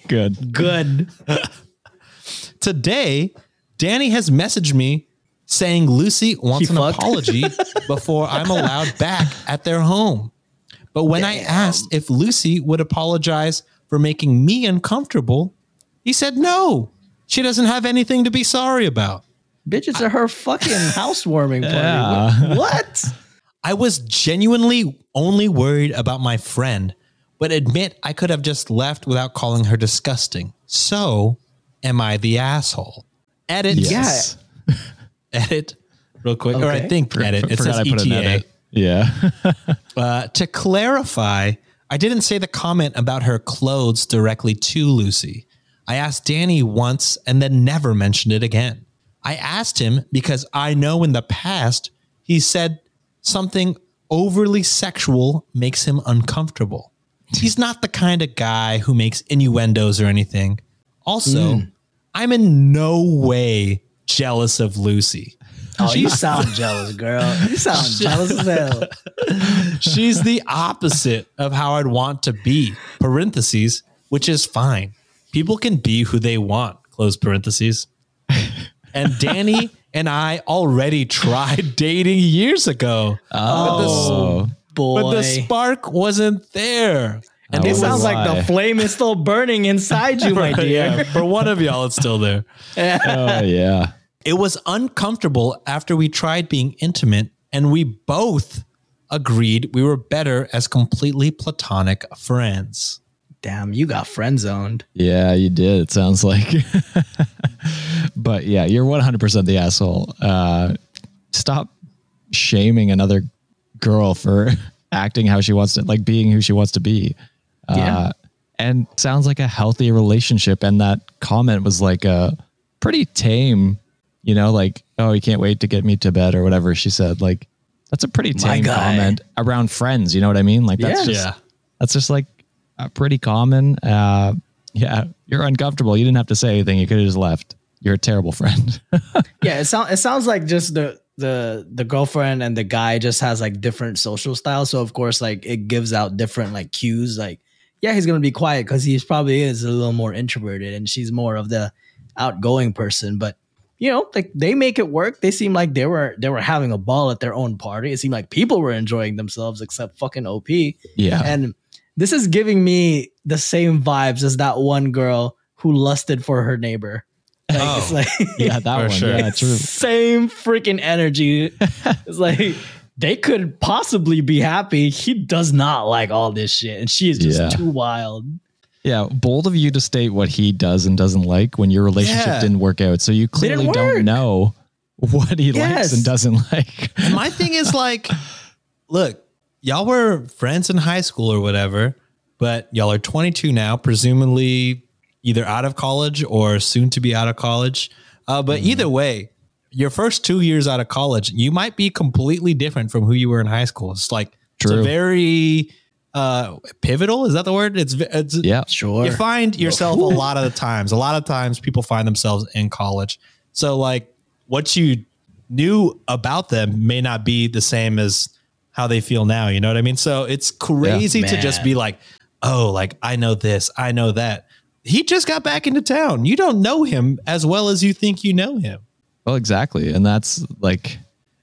S2: Good.
S3: Good.
S1: Today, Danny has messaged me saying Lucy wants
S3: She
S1: an
S3: fucked?
S1: apology before I'm allowed back at their home. But when I asked if Lucy would apologize for making me uncomfortable, he said no. She doesn't have anything to be sorry about.
S3: Bitches are her fucking housewarming party.
S2: Yeah.
S3: What?
S1: I was genuinely only worried about my friend, but admit I could have just left without calling her disgusting. So, am I the asshole? Edit.
S2: Yes.
S1: edit real quick, or I
S3: Okay.
S1: think edit. It
S2: Forgot
S1: says E
S2: I put an
S1: ETA.
S2: edit. Yeah.
S1: Uh, to clarify, I didn't say the comment about her clothes directly to Lucy. I asked Danny once and then never mentioned it again. I asked him because I know in the past he said something overly sexual makes him uncomfortable. He's not the kind of guy who makes innuendos or anything. Also, I'm in no way jealous of Lucy.
S3: Oh, you sound jealous, girl. You sound jealous as hell.
S1: She's the opposite of how I'd want to be, parentheses, which is fine. People can be who they want, close parentheses. And Danny and I already tried dating years ago.
S2: Oh.
S3: Boy.
S1: But the spark wasn't there. And
S2: I
S3: it
S2: wonder
S3: sounds like
S2: why.
S3: the flame is still burning inside you, my
S1: for,
S3: dear.
S1: yeah, for one of y'all, it's still there.
S2: Oh, yeah.
S1: It was uncomfortable after we tried being intimate, and we both agreed we were better as completely platonic friends.
S3: Damn, you got friend zoned.
S2: Yeah, you did. It sounds like. but yeah, you're 100% the asshole. Uh, stop shaming another girl for acting how she wants to, like being who she wants to be. Uh,
S3: Yeah.
S2: And sounds like a healthy relationship. And that comment was like uh, a pretty tame, you know, like, oh, you can't wait to get me to bed or whatever she said. Like, That's a pretty
S3: My
S2: tame
S3: guy.
S2: comment around friends. You know what I mean? Like that's
S3: Yeah.
S2: just
S1: Yeah.
S2: that's just like uh, pretty common. Uh, yeah, you're uncomfortable. You didn't have to say anything. You could have just left. You're a terrible friend.
S3: yeah, it sounds it sounds like just the the the girlfriend and the guy just has like different social styles. So of course, like it gives out different like cues. Like, yeah, he's gonna be quiet because he's probably is a little more introverted, and she's more of the outgoing person. But you know, like they make it work. They seem like they were they were having a ball at their own party. It seemed like people were enjoying themselves, except fucking OP.
S2: yeah.
S3: And this is giving me the same vibes as that one girl who lusted for her neighbor. Like, It's
S1: Oh,
S3: like
S2: yeah, that
S1: For
S2: one.
S1: sure.
S2: Yeah, true.
S3: same freaking energy. it's like they could possibly be happy. He does not like all this shit, and she is just
S2: Yeah.
S3: too wild.
S2: Yeah, bold of you to state what he does and doesn't like when your relationship
S1: Yeah.
S2: didn't work out. So you clearly
S3: work.
S2: don't know what he likes
S3: Yes.
S2: and doesn't like.
S1: And my thing is like, look, y'all were friends in high school or whatever, but y'all are 22 now, presumably either out of college or soon to be out of college. Uh, but
S2: Mm-hmm.
S1: either way, your first two years out of college, you might be completely different from who you were in high school. It's like it's
S2: True.
S1: a very uh, pivotal. Is that the word? It's ve- it's
S2: Yeah.
S3: Sure.
S1: you find yourself a lot of the times. A lot of times people find themselves in college. So like what you knew about them may not be the same as how they feel now. You know what I mean? So it's crazy to just
S3: Man.
S1: be like, oh, like I know this, I know that. He just got back into town. You don't know him as well as you think you know him.
S2: Well, exactly. And that's like,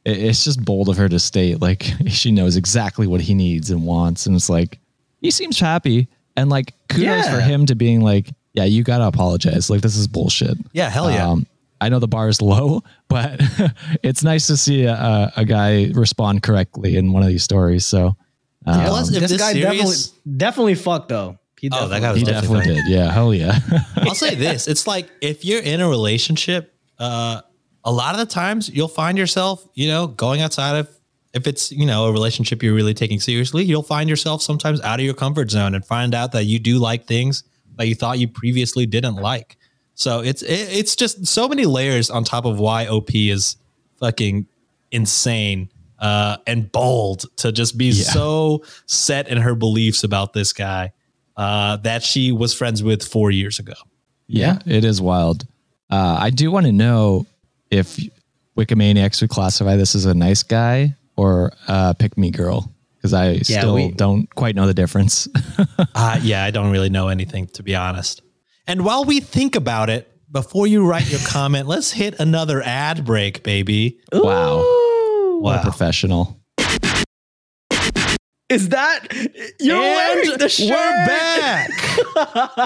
S2: it- it's just bold of her to state, like, she knows exactly what he needs and wants. And it's like, he seems happy. And like, kudos
S3: Yeah.
S2: for him to being like, yeah, you got to apologize. Like, this is bullshit.
S1: Yeah, hell yeah.
S2: Um, I know the bar is low, but it's nice to see a- a, a guy respond correctly in one of these stories. So, um,
S1: Plus, if
S3: this,
S1: this,
S3: guy
S1: series,
S3: definitely definitely fucked though. He
S1: Oh, that
S3: definitely-
S1: guy was
S2: he definitely did. Yeah. Hell yeah.
S1: I'll say this: it's like if you're in a relationship, uh, a lot of the times you'll find yourself, you know, going outside of if it's you know a relationship you're really taking seriously, you'll find yourself sometimes out of your comfort zone and find out that you do like things that you thought you previously didn't like. So it's it, it's just so many layers on top of why OP is fucking insane uh, and bold to just be so set in her beliefs about this guy uh, that she was friends with four years ago.
S2: Yeah, it is wild. Uh, I do want to know if Wikimaniacs would classify this as a nice guy or a pick me girl because I still
S3: we-
S2: don't quite know the difference.
S1: Uh, yeah, I don't really know anything, to be honest. And while we think about it, before you write your comment, let's hit another ad break, baby.
S2: wow, what a
S1: Wow.
S2: professional!
S3: Is that you're wearing the shirt?
S1: we're back.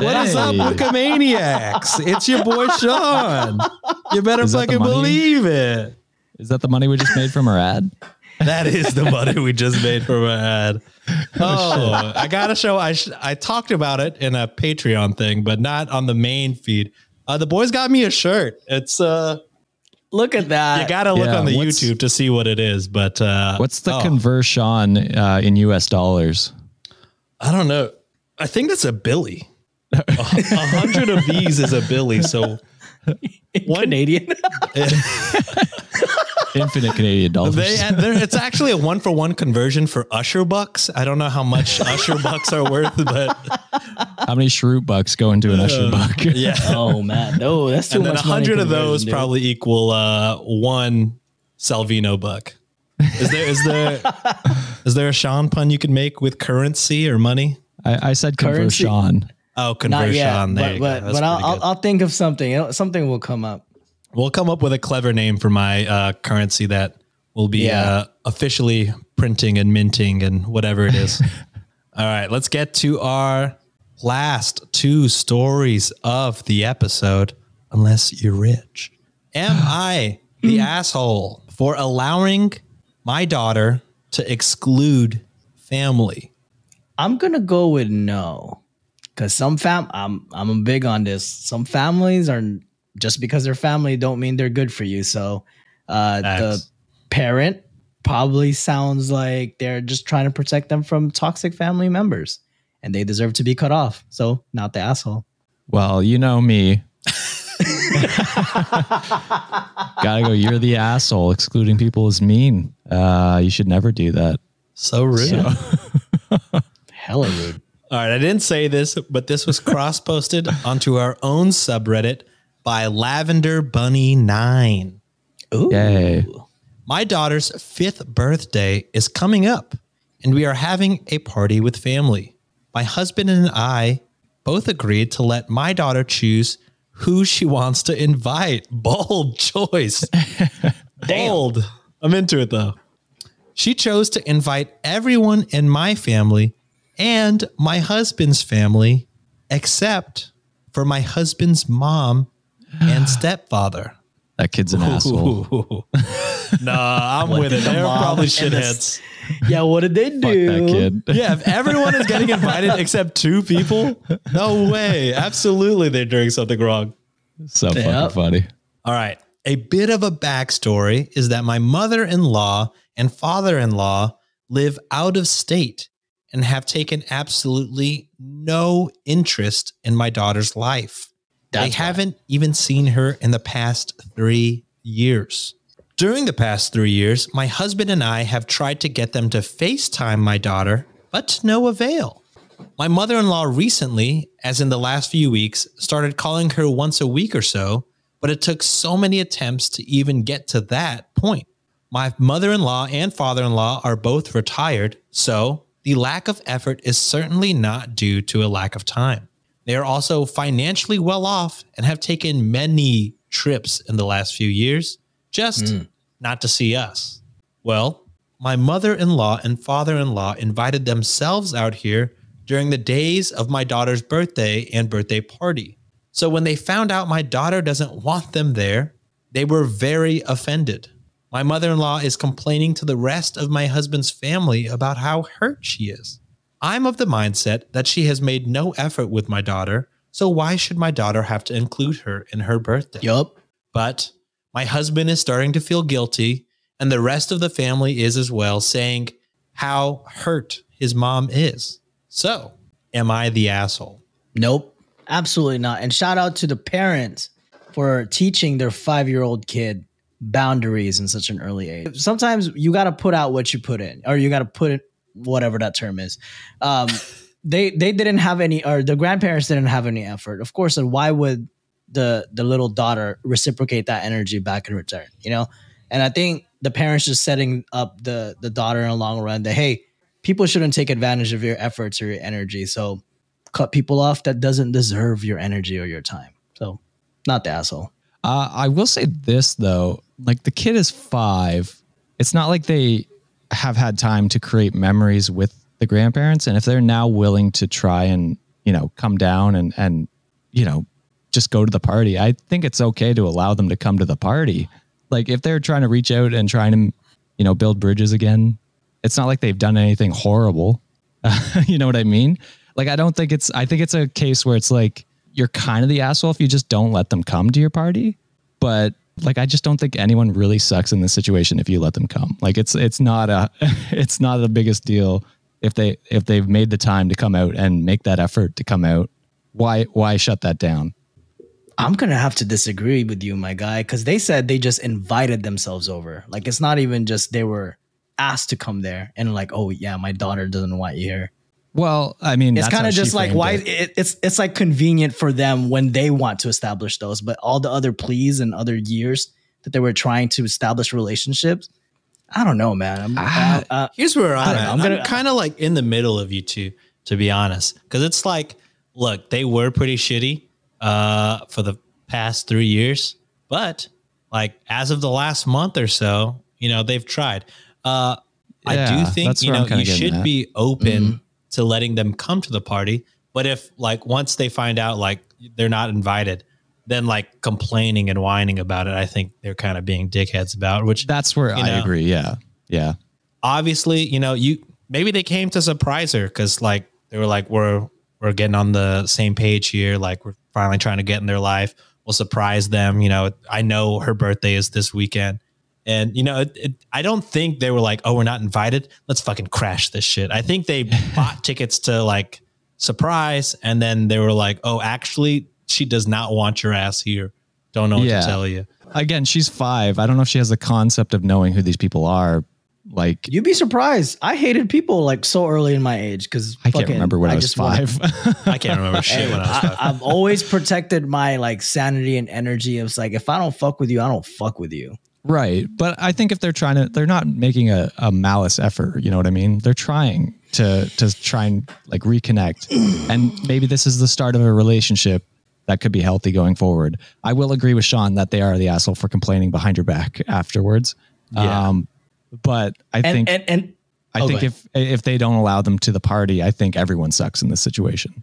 S1: What is up,
S2: Hey.
S1: Wikimaniacs? It's your boy Sean. You better
S2: Is that the
S1: fucking
S2: money?
S1: believe it.
S2: Is that the money we just made from our ad?
S1: That is the money we just made from an ad. Oh, I gotta show. I sh- I talked about it in a Patreon thing, but not on the main feed. Uh, the boys got me a shirt. It's uh,
S3: Look at that.
S1: you gotta look
S2: Yeah,
S1: on the
S2: what's-
S1: YouTube to see what it is. But uh,
S2: What's the
S1: oh,
S2: conversion uh, in U.S. dollars?
S1: I don't know. I think that's a Billy. A hu- a hundred of these is a Billy. So one
S3: Canadian.
S2: Infinite Canadian dollars.
S1: They, and they're- it's actually a one for one conversion for Usher bucks. I don't know how much Usher bucks are worth, but
S2: How many shroot bucks go into an usher buck?
S1: Uh, yeah.
S3: oh man, no, that's too
S1: and then
S3: much.
S1: a
S3: money
S1: hundred of
S3: conversion,
S1: those
S3: dude.
S1: probably equal uh, one Salvino buck. Is there is there is there a Sean pun you can make with currency or money?
S2: I, I said
S3: Currency-
S2: conversion.
S1: Oh,
S3: not
S1: conversion.
S3: yet.
S1: there
S3: But
S1: you
S3: but,
S1: go. That's
S3: but I'll,
S1: pretty
S3: I'll
S1: good.
S3: I'll think of something. It'll- Something will come up.
S1: we'll come up with a clever name for my uh, currency that will be
S3: Yeah.
S1: uh, officially printing and minting and whatever it is. All right, let's get to our last two stories of the episode, unless you're rich. Am I the asshole for allowing my daughter to exclude family?
S3: I'm gonna go with no, because some fam I'm I'm big on this. Some families are just because they're family don't mean they're good for you. So uh, the
S1: Facts.
S3: parent probably sounds like they're just trying to protect them from toxic family members, and they deserve to be cut off. So not the asshole.
S2: Well, you know me. Gotta go. You're the asshole. Excluding people is mean. Uh, you should never do that.
S1: So rude.
S3: Hella rude.
S1: All right, I didn't say this, but this was cross posted onto our own subreddit by Lavender Bunny 9.
S3: Ooh.
S2: Yay.
S1: My daughter's fifth birthday is coming up, and we are having a party with family. My husband and I both agreed to let my daughter choose who she wants to invite. Bold choice. Bold. I'm into it though. She chose to invite everyone in my family and my husband's family, except for my husband's mom and stepfather.
S2: That kid's an asshole.
S1: nah, I'm with it. They're probably shitheads.
S3: Yeah, what did they
S2: Fuck
S3: do?
S2: that kid.
S1: Yeah, if everyone is getting invited except two people, no way. Absolutely, they're doing something wrong.
S2: So
S3: Yep.
S2: fucking funny.
S1: All right. A bit of a backstory is that my mother in law and father in law live out of state and have taken absolutely no interest in my daughter's life. they
S3: That's why.
S1: haven't even seen her in the past three years. During the past three years, my husband and I have tried to get them to FaceTime my daughter, but to no avail. My mother in law recently, as in the last few weeks, started calling her once a week or so, but it took so many attempts to even get to that point. My mother in law and father in law are both retired, so the lack of effort is certainly not due to a lack of time. They are also financially well off and have taken many trips in the last few years, just not to see us. Well, my mother in law and father in law invited themselves out here during the days of my daughter's birthday and birthday party. So when they found out my daughter doesn't want them there, they were very offended. My mother in law is complaining to the rest of my husband's family about how hurt she is. I'm of the mindset that she has made no effort with my daughter, so why should my daughter have to include her in her birthday?
S3: Yup.
S1: But my husband is starting to feel guilty, and the rest of the family is as well, saying how hurt his mom is. So, am I the asshole?
S3: Nope. Absolutely not. And shout out to the parents for teaching their five year old kid boundaries in such an early age. Sometimes you got to put out what you put in, or you got to put in whatever that term is. Um, they they didn't have any, or the grandparents didn't have any effort. Of course, and why would the the little daughter reciprocate that energy back in return? You know, and I think the parents just setting up the the daughter in a long run that hey, people shouldn't take advantage of your efforts or your energy. So cut people off that doesn't deserve your energy or your time. So, not the asshole.
S2: Uh, I will say this though, like the kid is five. It's not like they have had time to create memories with the grandparents, and if they're now willing to try and you know come down and and you know just go to the party, I think it's okay to allow them to come to the party. Like if they're trying to reach out and trying to you know build bridges again, it's not like they've done anything horrible. you know what I mean? Like I don't think it's I think it's a case where it's like you're kind of the asshole if you just don't let them come to your party, but like I just don't think anyone really sucks in this situation if you let them come. Like it's it's not a it's not the biggest deal if they if they've made the time to come out and make that effort to come out. Why why shut that down?
S3: I'm going to have to disagree with you, my guy, because they said they just invited themselves over. Like, it's not even just they were asked to come there and, like, oh, yeah, my daughter doesn't want you here.
S2: Well, I mean,
S3: It's
S2: that's
S3: kind
S2: how
S3: of
S2: she
S3: just like
S2: framed
S3: why
S2: it.
S3: it, it's it's like convenient for them when they want to establish those, but all the other pleas and other years that they were trying to establish relationships, I don't know, man. I'm,
S2: Ah.
S3: I- I-
S1: Here's where I'm
S3: don't know.
S1: at.
S3: I'm
S1: I'm,
S3: gonna-
S1: kind of like in the middle of you two, to be honest, because it's like, look, they were pretty shitty uh, for the past three years, but like as of the last month or so, you know, they've tried. Uh, I
S2: Yeah,
S1: do think
S2: that's
S1: you
S2: where I'm
S1: know
S2: kinda
S1: you
S2: getting
S1: should
S2: at. Mm-hmm.
S1: be open to letting them come to the party, but if like once they find out like they're not invited. Then like complaining and whining about it, I think they're kind of being dickheads about, which
S2: that's where
S1: you
S2: I
S1: know.
S2: agree. Yeah. Yeah.
S1: obviously, you know, you maybe they came to surprise her because like they were like, we're we're getting on the same page here. Like we're finally trying to get in their life. We'll surprise them. You know, I know her birthday is this weekend, and you know, it, it, I don't think they were like, oh, we're not invited. Let's fucking crash this shit. I think they bought tickets to like surprise, and then they were like, oh, actually, she does not want your ass here. Don't know what
S2: Yeah.
S1: to tell you.
S2: Again, she's five. I don't know if she has the concept of knowing who these people are. Like,
S3: You'd be surprised. I hated people like so early in my age because
S2: I can't remember when I, was
S3: just wanted-
S2: five.
S1: I can't remember shit when I was
S3: I,
S1: five.
S3: I've always protected my like sanity and energy. It was like if I don't fuck with you, I don't fuck with you.
S2: Right. But I think if they're trying to, they're not making a, a malice effort. You know what I mean? They're trying to, to try and like reconnect. and maybe this is the start of a relationship that could be healthy going forward. I will agree with Sean that they are the asshole for complaining behind your back afterwards.
S1: Yeah.
S2: Um, but I
S3: And
S2: think,
S3: and and
S2: I
S3: oh,
S2: think
S3: go
S2: if, if they don't allow them to the party, I think everyone sucks in this situation.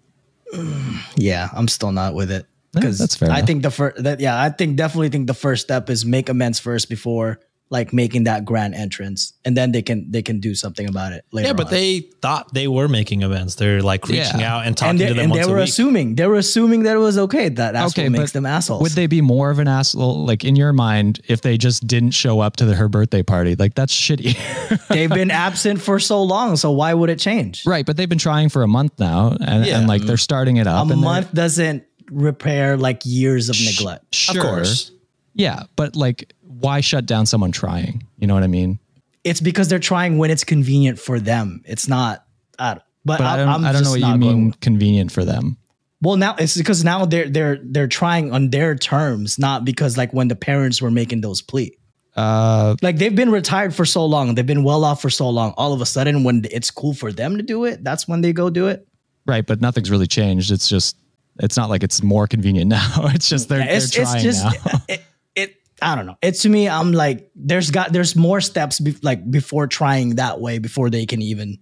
S3: yeah, I'm still not with it
S2: Yeah,
S3: because
S2: that's fair
S3: I
S2: enough.
S3: think the first that yeah, I think definitely think the first step is make amends first before like making that grand entrance, and then they can they can do something about it later.
S1: Yeah, but
S3: on.
S1: they thought they were making events. They're like reaching
S2: Yeah.
S1: out and talking
S3: and they,
S1: to them
S3: and
S1: once
S3: they
S1: a
S3: were
S1: week.
S3: assuming they were assuming that it was okay. That that's
S2: Okay,
S3: what makes
S2: but
S3: them assholes.
S2: Would they be more of an asshole, like in your mind, if they just didn't show up to the, her birthday party? Like that's shitty.
S3: They've been absent for so long, so why would it change?
S2: Right, but they've been trying for a month now, and,
S1: Yeah.
S2: and like they're starting it up.
S3: A
S2: and they're-
S3: month doesn't repair like years of neglect.
S1: Of
S2: sure,
S1: course.
S2: yeah, but like, why shut down someone trying? You know what I mean?
S3: It's because they're trying when it's convenient for them. It's not. I don't, but,
S2: But I don't,
S3: I'm,
S2: I don't
S3: I'm
S2: know
S3: just
S2: what
S3: not
S2: you
S3: going
S2: mean
S3: with-
S2: convenient for them.
S3: Well, now it's because now they're they're they're trying on their terms, not because like when the parents were making those plea.
S2: Uh,
S3: Like they've been retired for so long, they've been well off for so long. All of a sudden, when it's cool for them to do it, that's when they go do it.
S2: right, but nothing's really changed. It's just, it's not like it's more convenient now. It's just they're,
S3: it's,
S2: they're
S3: it's
S2: trying
S3: just
S2: now.
S3: it, it i don't know it's to me i'm like there's got there's more steps be, like before trying that way before they can even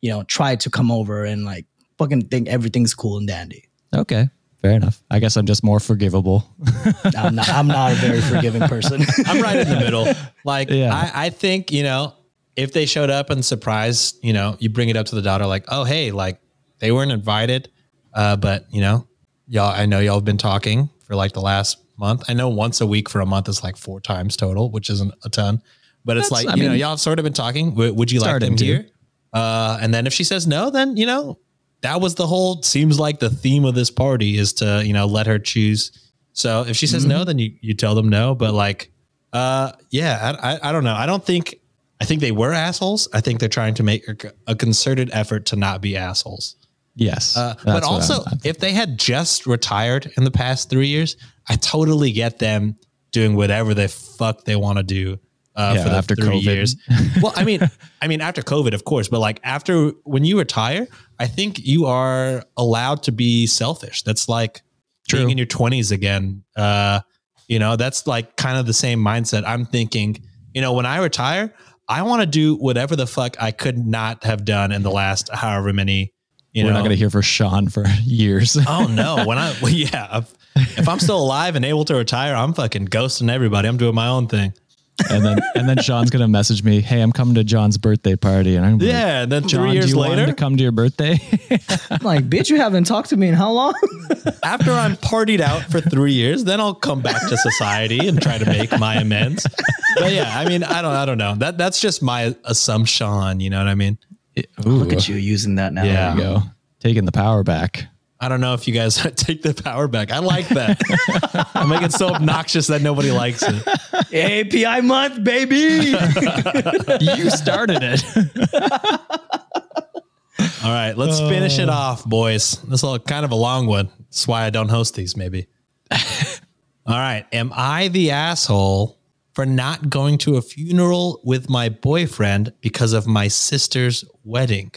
S3: you know try to come over and like fucking think everything's cool and dandy
S2: okay, fair enough. I guess I'm just more forgivable.
S3: i'm not i'm not a very forgiving person
S1: I'm right in the middle. Like
S2: Yeah.
S1: I, I think, you know, if they showed up and surprised, you know, you bring it up to the daughter like, oh hey, like they weren't invited. Uh, but you know, y'all I know y'all have been talking for like the last month. I know once a week for a month is like four times total, which isn't a ton. But it's
S2: That's-
S1: like,
S2: I
S1: you know,
S2: mean-
S1: y'all have sort of been talking. Would would you like
S2: Starting
S1: them
S2: to.
S1: here? Uh, and then if she says no, then you know, that was the whole seems like the theme of this party is to, you know, let her choose. So if she says no, then you, you tell them no. But like, uh, yeah, I, I, I don't know. I don't think, I think they were assholes. I think they're trying to make a, a concerted effort to not be assholes.
S2: Yes,
S1: Uh, but
S2: that's what
S1: also,
S2: I'm-
S1: if they had just retired in the past three years, I totally get them doing whatever the fuck they want to do uh,
S2: Yeah,
S1: for the
S2: after COVID.
S1: three years. well, I mean, I mean after COVID, of course, but like after when you retire, I think you are allowed to be selfish. That's like being
S2: True.
S1: in your twenties again. Uh, you know, that's like kind of the same mindset. I'm thinking, you know, when I retire, I want to do whatever the fuck I could not have done in the last however many. You
S2: we're
S1: know,
S2: not going to hear for Sean for years.
S1: Oh no! When I well, yeah, if, if I'm still alive and able to retire, I'm fucking ghosting everybody. I'm doing my own thing.
S2: and then and then Sean's gonna message me, "Hey, I'm coming to John's birthday party," and I'm like,
S1: Yeah, and then
S2: "John,
S1: three
S2: do
S1: years
S2: you want him
S1: later,
S2: to come to your birthday?"
S3: i'm like bitch you haven't talked to me in how long
S1: after I'm partied out for three years, then I'll come back to society and try to make my amends. But yeah, I mean, I don't, I don't know. That that's just my assumption. You know what I mean?
S3: look at you using that now
S2: There
S1: Yeah.
S2: you go, taking the power back.
S1: I don't know if you guys take the power back. I like that. I make it so obnoxious that nobody likes it.
S3: api month baby
S2: you started it.
S1: All right, let's finish it off, boys. This is kind of a long one. That's why I don't host these, maybe. All right. Am I the asshole for not going to a funeral with my boyfriend because of my sister's wedding?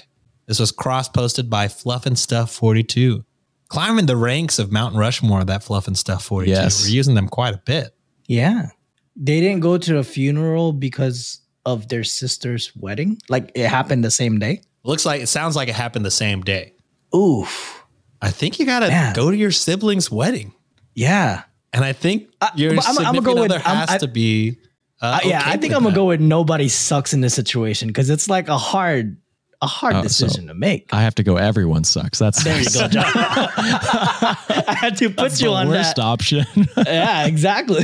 S1: This was cross posted by Fluff and Stuff 42. Climbing the ranks of Mount Rushmore, that Fluff and Stuff 42.
S2: Yes.
S1: We're using them quite a bit.
S3: yeah they didn't go to the funeral because of their sister's wedding like it happened the same day
S1: Looks like it sounds like it happened the same day.
S3: oof
S1: I think you got to
S3: Man.
S1: go to your sibling's wedding.
S3: yeah
S1: And I think your
S3: but I'm-
S1: significant
S3: I'm gonna go with-
S1: other
S3: I'm-
S1: has
S3: I-
S1: to be. Uh,
S3: Uh, yeah,
S1: okay
S3: I think
S1: with
S3: I'm gonna
S1: that.
S3: go with nobody sucks in this situation because it's like a hard, a hard
S2: Oh,
S3: decision to make.
S2: I have to go. Everyone sucks. That's
S3: there you go, John. I had to put
S2: That's
S3: you
S2: the
S3: on
S2: worst
S3: that.
S2: option.
S3: Yeah, exactly.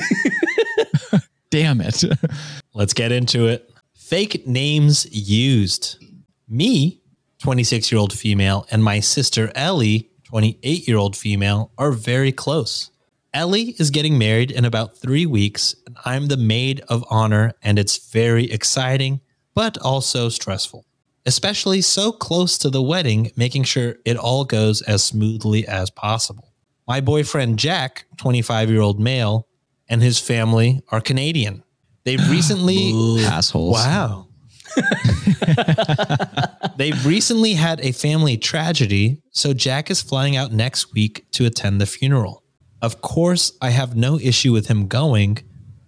S2: Damn it.
S1: Let's get into it. Fake names used. Me, 26 year old female, and my sister Ellie, 28 year old female, are very close. Ellie is getting married in about three weeks, and I'm the maid of honor, and it's very exciting, but also stressful, especially so close to the wedding, making sure it all goes as smoothly as possible. My boyfriend Jack, 25 year old male, and his family are Canadian. They've recently.
S2: Assholes.
S1: Wow. They've recently had a family tragedy, so Jack is flying out next week to attend the funeral. Of course, I have no issue with him going,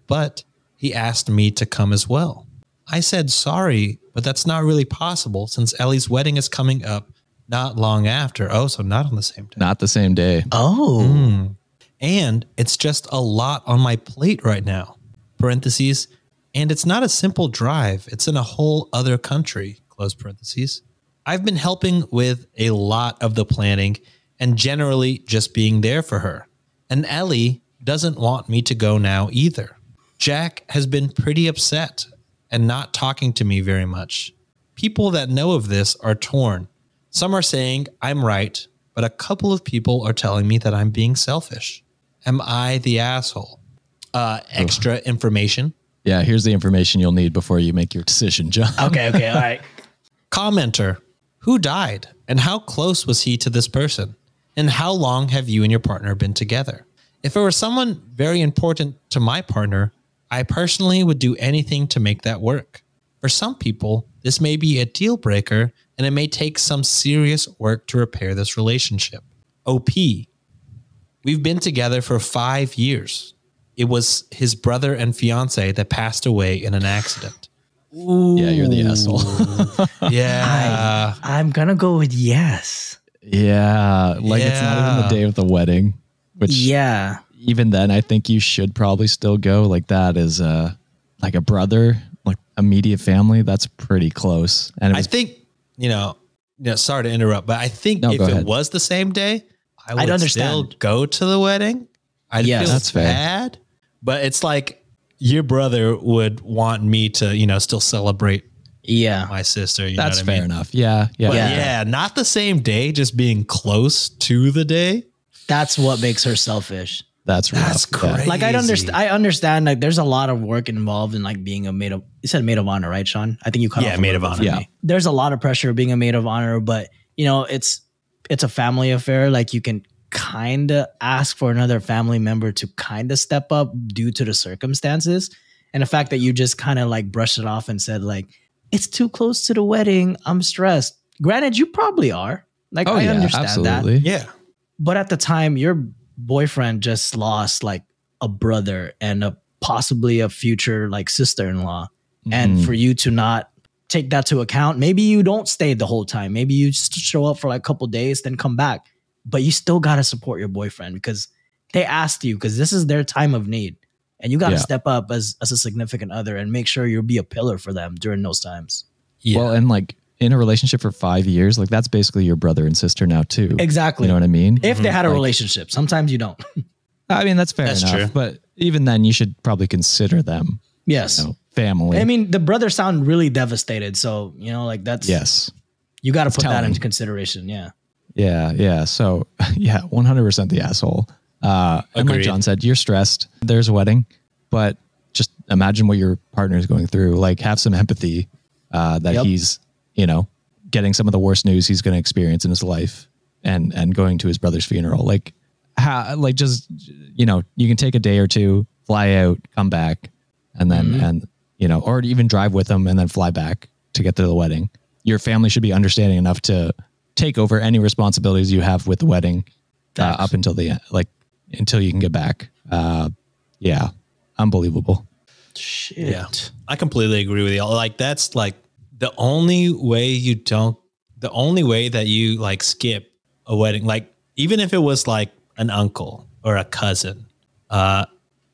S1: but he asked me to come as well. I said sorry, but that's not really possible since Ellie's wedding is coming up not long after. Oh, so not on the same day.
S2: Not the same day.
S3: Oh,
S2: Mm.
S1: And it's just a lot on my plate right now. Parentheses. And it's not a simple drive, it's in a whole other country. Close parentheses. I've been helping with a lot of the planning and generally just being there for her. And Ellie doesn't want me to go now either. Jack has been pretty upset and not talking to me very much. People that know of this are torn. Some are saying I'm right, but a couple of people are telling me that I'm being selfish. Am I the asshole? Uh, extra information.
S2: Yeah, here's the information you'll need before you make your decision, John.
S3: okay, okay, all right.
S1: Commenter, who died and how close was he to this person? And how long have you and your partner been together? If it were someone very important to my partner, I personally would do anything to make that work. For some people, this may be a deal breaker and it may take some serious work to repair this relationship. OP, we've been together for five years. It was his brother and fiance that passed away in an accident.
S2: Yeah, you're the asshole.
S1: Yeah.
S3: I'm gonna go with yes.
S2: yeah, like it's not even the
S1: Yeah.
S2: day of the wedding, which
S3: Yeah,
S2: even then I think you should probably still go. Like that is uh like a brother, like immediate family. That's pretty close. And it
S1: I
S2: was,
S1: think you know. You know, sorry to interrupt, but I think
S2: No,
S1: if
S2: go
S1: it
S2: ahead.
S1: was the same day, I would still
S3: understand.
S1: go to the wedding. I
S3: Yes.
S1: feel
S2: That's fair.
S1: bad, but it's like your brother would want me to, you know, still celebrate
S3: yeah.
S1: my sister. You
S2: that's
S1: know what
S2: fair
S1: I mean?
S2: enough. Yeah, yeah.
S1: But
S3: Yeah.
S1: yeah. not the same day, just being close to the day.
S3: That's what makes her selfish.
S2: That's rough.
S1: That's
S2: Yeah.
S1: crazy.
S3: Like I understand. I understand. Like there's a lot of work involved in like being a maid of. You said maid of honor, right, Sean? I think you cut
S1: Yeah,
S3: off a
S1: maid
S3: little
S1: of
S3: bit for
S2: honor.
S3: me. There's a lot of pressure of being a maid of honor, but you know it's it's a family affair. Like you can kind of ask for another family member to kind of step up due to the circumstances, and the fact that you just kind of like brushed it off and said like it's too close to the wedding. I'm stressed. Granted, you probably are. Like
S2: Oh
S3: I
S2: yeah,
S3: understand that
S2: absolutely.
S1: Yeah.
S3: but at the time your boyfriend just lost like a brother and a possibly a future like sister-in-law and
S2: Mhm.
S3: for you to not take that to account maybe you don't stay the whole time maybe you just show up for like a couple days then come back but you still got to support your boyfriend because they asked you because this is their time of need and you got to
S2: Yeah.
S3: step up as, as a significant other and make sure you'll be a pillar for them during those times
S1: Yeah.
S2: Well, and like in a relationship for five years, like that's basically your brother and sister now too.
S3: exactly
S2: You know what I mean?
S3: if they had
S2: Mm-hmm.
S3: a
S2: Like-
S3: relationship sometimes you don't
S2: I mean that's fair
S1: That's
S2: enough.
S1: true.
S2: But even then, you should probably consider them
S3: yes
S2: you know, family.
S3: I mean, the brothers sound really devastated. So you know, like that's
S2: yes.
S3: You got to put that
S2: telling.
S3: into consideration. Yeah.
S2: Yeah, yeah. So, yeah, 100% the asshole. Uh, and like
S1: Agreed.
S2: John said, you're stressed. There's a wedding, but just imagine what your partner is going through. Like, have some empathy uh, that
S3: Yep.
S2: he's, you know, getting some of the worst news he's going to experience in his life, and and going to his brother's funeral. Like, how? Like, just you know, you can take a day or two, fly out, come back, and then and you know, or even drive with them and then fly back to get to the wedding. Your family should be understanding enough to take over any responsibilities you have with the wedding uh,
S3: Facts.
S2: up until the end, like until you can get back. Uh, yeah, unbelievable.
S3: Shit.
S1: Yeah. I completely agree with you. Like that's like the only way you don't the only way that you like skip a wedding, like even if it was like an uncle or a cousin, uh,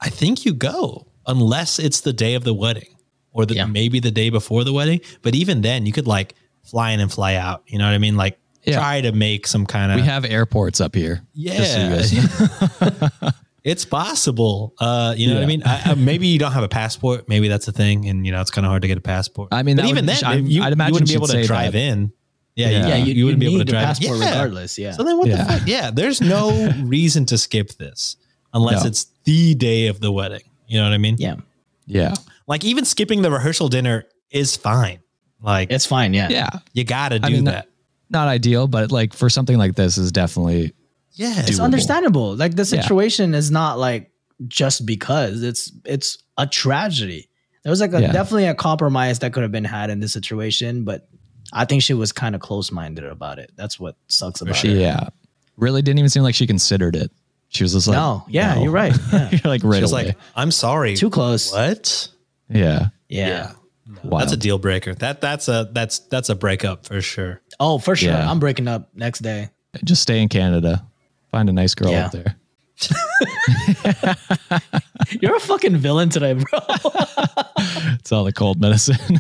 S1: I think you go unless it's the day of the wedding or the,
S3: Yeah.
S1: maybe the day before the wedding. But even then you could like fly in and fly out. You know what I mean? Like
S2: Yeah.
S1: try to make some kind of
S2: We have airports up here. just so you guys
S1: yeah. it's possible. Uh, you know what
S2: Yeah.
S1: I mean? I, I, maybe you don't have a passport. Maybe that's the thing. And, you know, it's kind of hard to get a passport.
S2: I mean,
S1: but
S2: that
S1: even
S2: would-
S1: then,
S2: I'm-
S1: if you,
S2: I'd
S1: you
S2: imagine
S1: wouldn't be
S2: she'd
S1: able
S2: say
S1: to drive
S2: that.
S1: in. Yeah.
S2: Yeah.
S1: You,
S3: Yeah. You,
S1: you wouldn't be able to
S3: need the
S1: drive
S3: passport
S1: Yeah.
S3: regardless. Yeah.
S1: So then what
S2: Yeah.
S1: the fuck? Yeah. There's no reason to skip this unless
S2: No.
S1: it's the day of the wedding. You know what I mean?
S3: Yeah.
S2: Yeah.
S1: Like even skipping the rehearsal dinner is fine. Like
S3: It's fine. Yeah.
S2: Yeah.
S1: you gotta do
S2: I mean,
S1: that.
S2: Not ideal, but like for something like this is definitely
S1: Yeah.
S3: It's understandable. Like the
S2: Yeah.
S3: situation is not like just because it's it's a tragedy. There was like a,
S2: Yeah.
S3: definitely a compromise that could have been had in this situation, but I think she was kind of close-minded about it. That's what sucks about it.
S2: yeah. Really didn't even seem like she considered it. She was just like
S3: No, yeah, you're right. Yeah.
S2: you're like right
S1: She was
S2: away.
S1: like, I'm sorry.
S3: Too close.
S1: What?
S2: yeah.
S3: Yeah.
S2: Wild.
S1: That's a deal breaker. That that's a that's that's a breakup for sure.
S3: Oh, for sure.
S2: Yeah.
S3: I'm breaking up next day.
S2: just stay in Canada. Find a nice girl
S3: Yeah.
S2: up there.
S3: You're a fucking villain today, bro.
S2: It's all the cold medicine.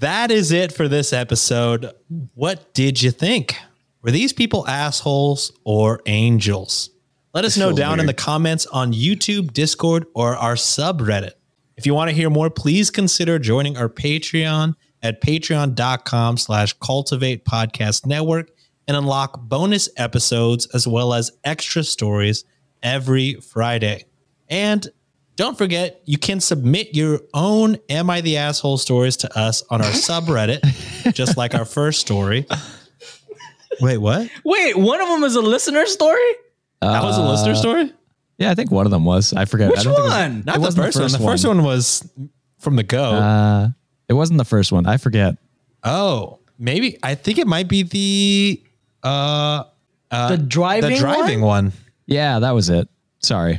S1: That is it for this episode. What did you think? Were these people assholes or angels? Let us know
S2: feels
S1: down in
S2: weird.
S1: the comments on YouTube, Discord, or our subreddit. If you want to hear more, please consider joining our Patreon at patreon.com slash cultivate podcast network and unlock bonus episodes as well as extra stories every Friday. And don't forget, you can submit your own Am I the Asshole stories to us on our subreddit, just like our first story. Wait, what?
S3: Wait, one of them is a listener story?
S1: That was a listener story?
S2: yeah, I think one of them was. I forget. I
S3: Which
S2: don't think it was-
S3: one?
S1: Not the
S2: wasn't
S1: first, one. The first one was from the go.
S2: Uh, it wasn't the first one. I forget.
S1: oh, maybe. I think it might be the uh,
S3: the driving,
S1: the driving
S3: one?
S1: one.
S2: Yeah, that was it. Sorry.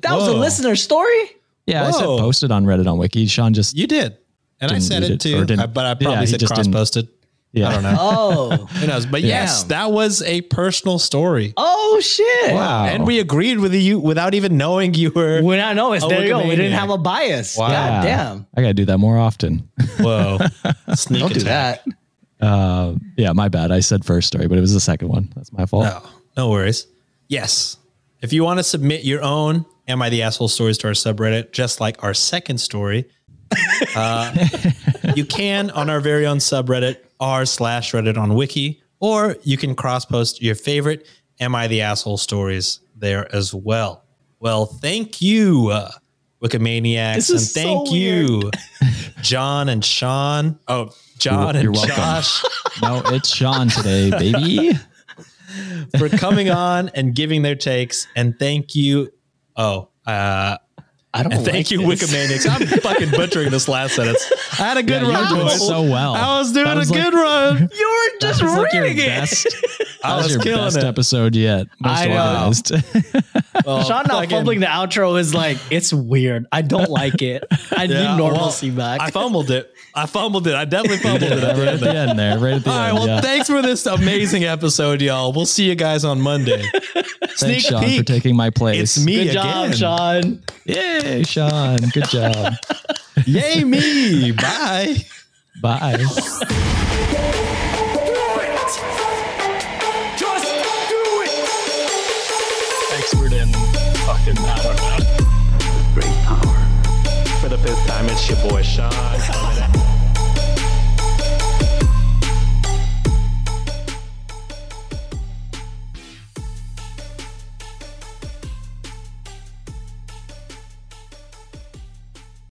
S3: That was a
S1: Whoa.
S3: listener story?
S2: Yeah, I said
S1: Whoa.
S2: posted on Reddit on Wiki. Sean just
S1: You did. And I
S2: Didn't
S1: said
S2: read
S1: it,
S2: it,
S1: too,
S2: or didn't-
S1: I- but I probably
S2: Yeah, he
S1: said
S2: just didn't-
S1: cross posted.
S2: yeah.
S1: I don't know.
S3: Oh.
S1: Who knows? But yes,
S3: Damn.
S1: that was a personal story.
S3: oh shit.
S2: Wow.
S1: And we agreed with you without even knowing you were.
S3: When I know it's
S1: A
S3: there you go. We didn't
S1: Wikimaniac.
S3: have a bias.
S1: Wow.
S2: Yeah.
S3: God damn.
S2: I gotta do that more often.
S1: Whoa. Sneak
S3: Don't do
S1: attack.
S3: that.
S2: Uh, yeah, my bad. I said first story, but it was the second one. That's my fault.
S1: No, no worries. Yes. If you want to submit your own Am I the Asshole stories to our subreddit, just like our second story, uh, you can on our very own subreddit, r slash Reddit on Wiki, or you can cross post your favorite Am I the Asshole stories there as well. Well, thank you, uh, Wikimaniacs,
S3: This
S1: and
S3: is so
S1: thank you, John and Sean. Oh, John
S2: You're- you're
S1: and
S2: welcome.
S1: Josh.
S2: No, it's Sean today, baby.
S1: for coming on and giving their takes. And thank you. Oh, uh,
S3: I don't
S1: and thank
S3: like
S1: you,
S3: this.
S1: Wikimaniacs. I'm fucking butchering this last sentence. I had a good
S2: Yeah,
S1: run,
S2: you're doing
S1: boys.
S2: so well.
S1: I was doing
S2: Oh, That was
S1: a
S2: like-
S1: good run.
S3: You were just
S2: That was like your
S3: reading it.
S2: best-
S1: I
S2: that was
S1: was
S2: your
S1: killing
S2: best
S1: it.
S2: episode yet. Most
S3: I know.
S2: organized.
S1: Well,
S3: Sean not
S1: fucking-
S3: fumbling the outro is like, it's weird. I don't like it. I
S1: Yeah,
S3: need normalcy
S1: well,
S3: back.
S1: I fumbled it. I fumbled it. I definitely fumbled it.
S2: right at the end there. Right at the
S1: All right.
S2: end.
S1: Well,
S2: yeah.
S1: thanks for this amazing episode, y'all. We'll see you guys on Monday. Sneak
S2: Thanks, Sean, for
S1: peek.
S2: taking my place.
S1: It's me
S3: Good
S1: again.
S3: job, Sean.
S2: Yay, Sean. Good job.
S1: Yay me. Bye.
S2: Bye.
S5: expert in fucking I don't know.
S6: great power. For the fifth time, it's your boy Sean.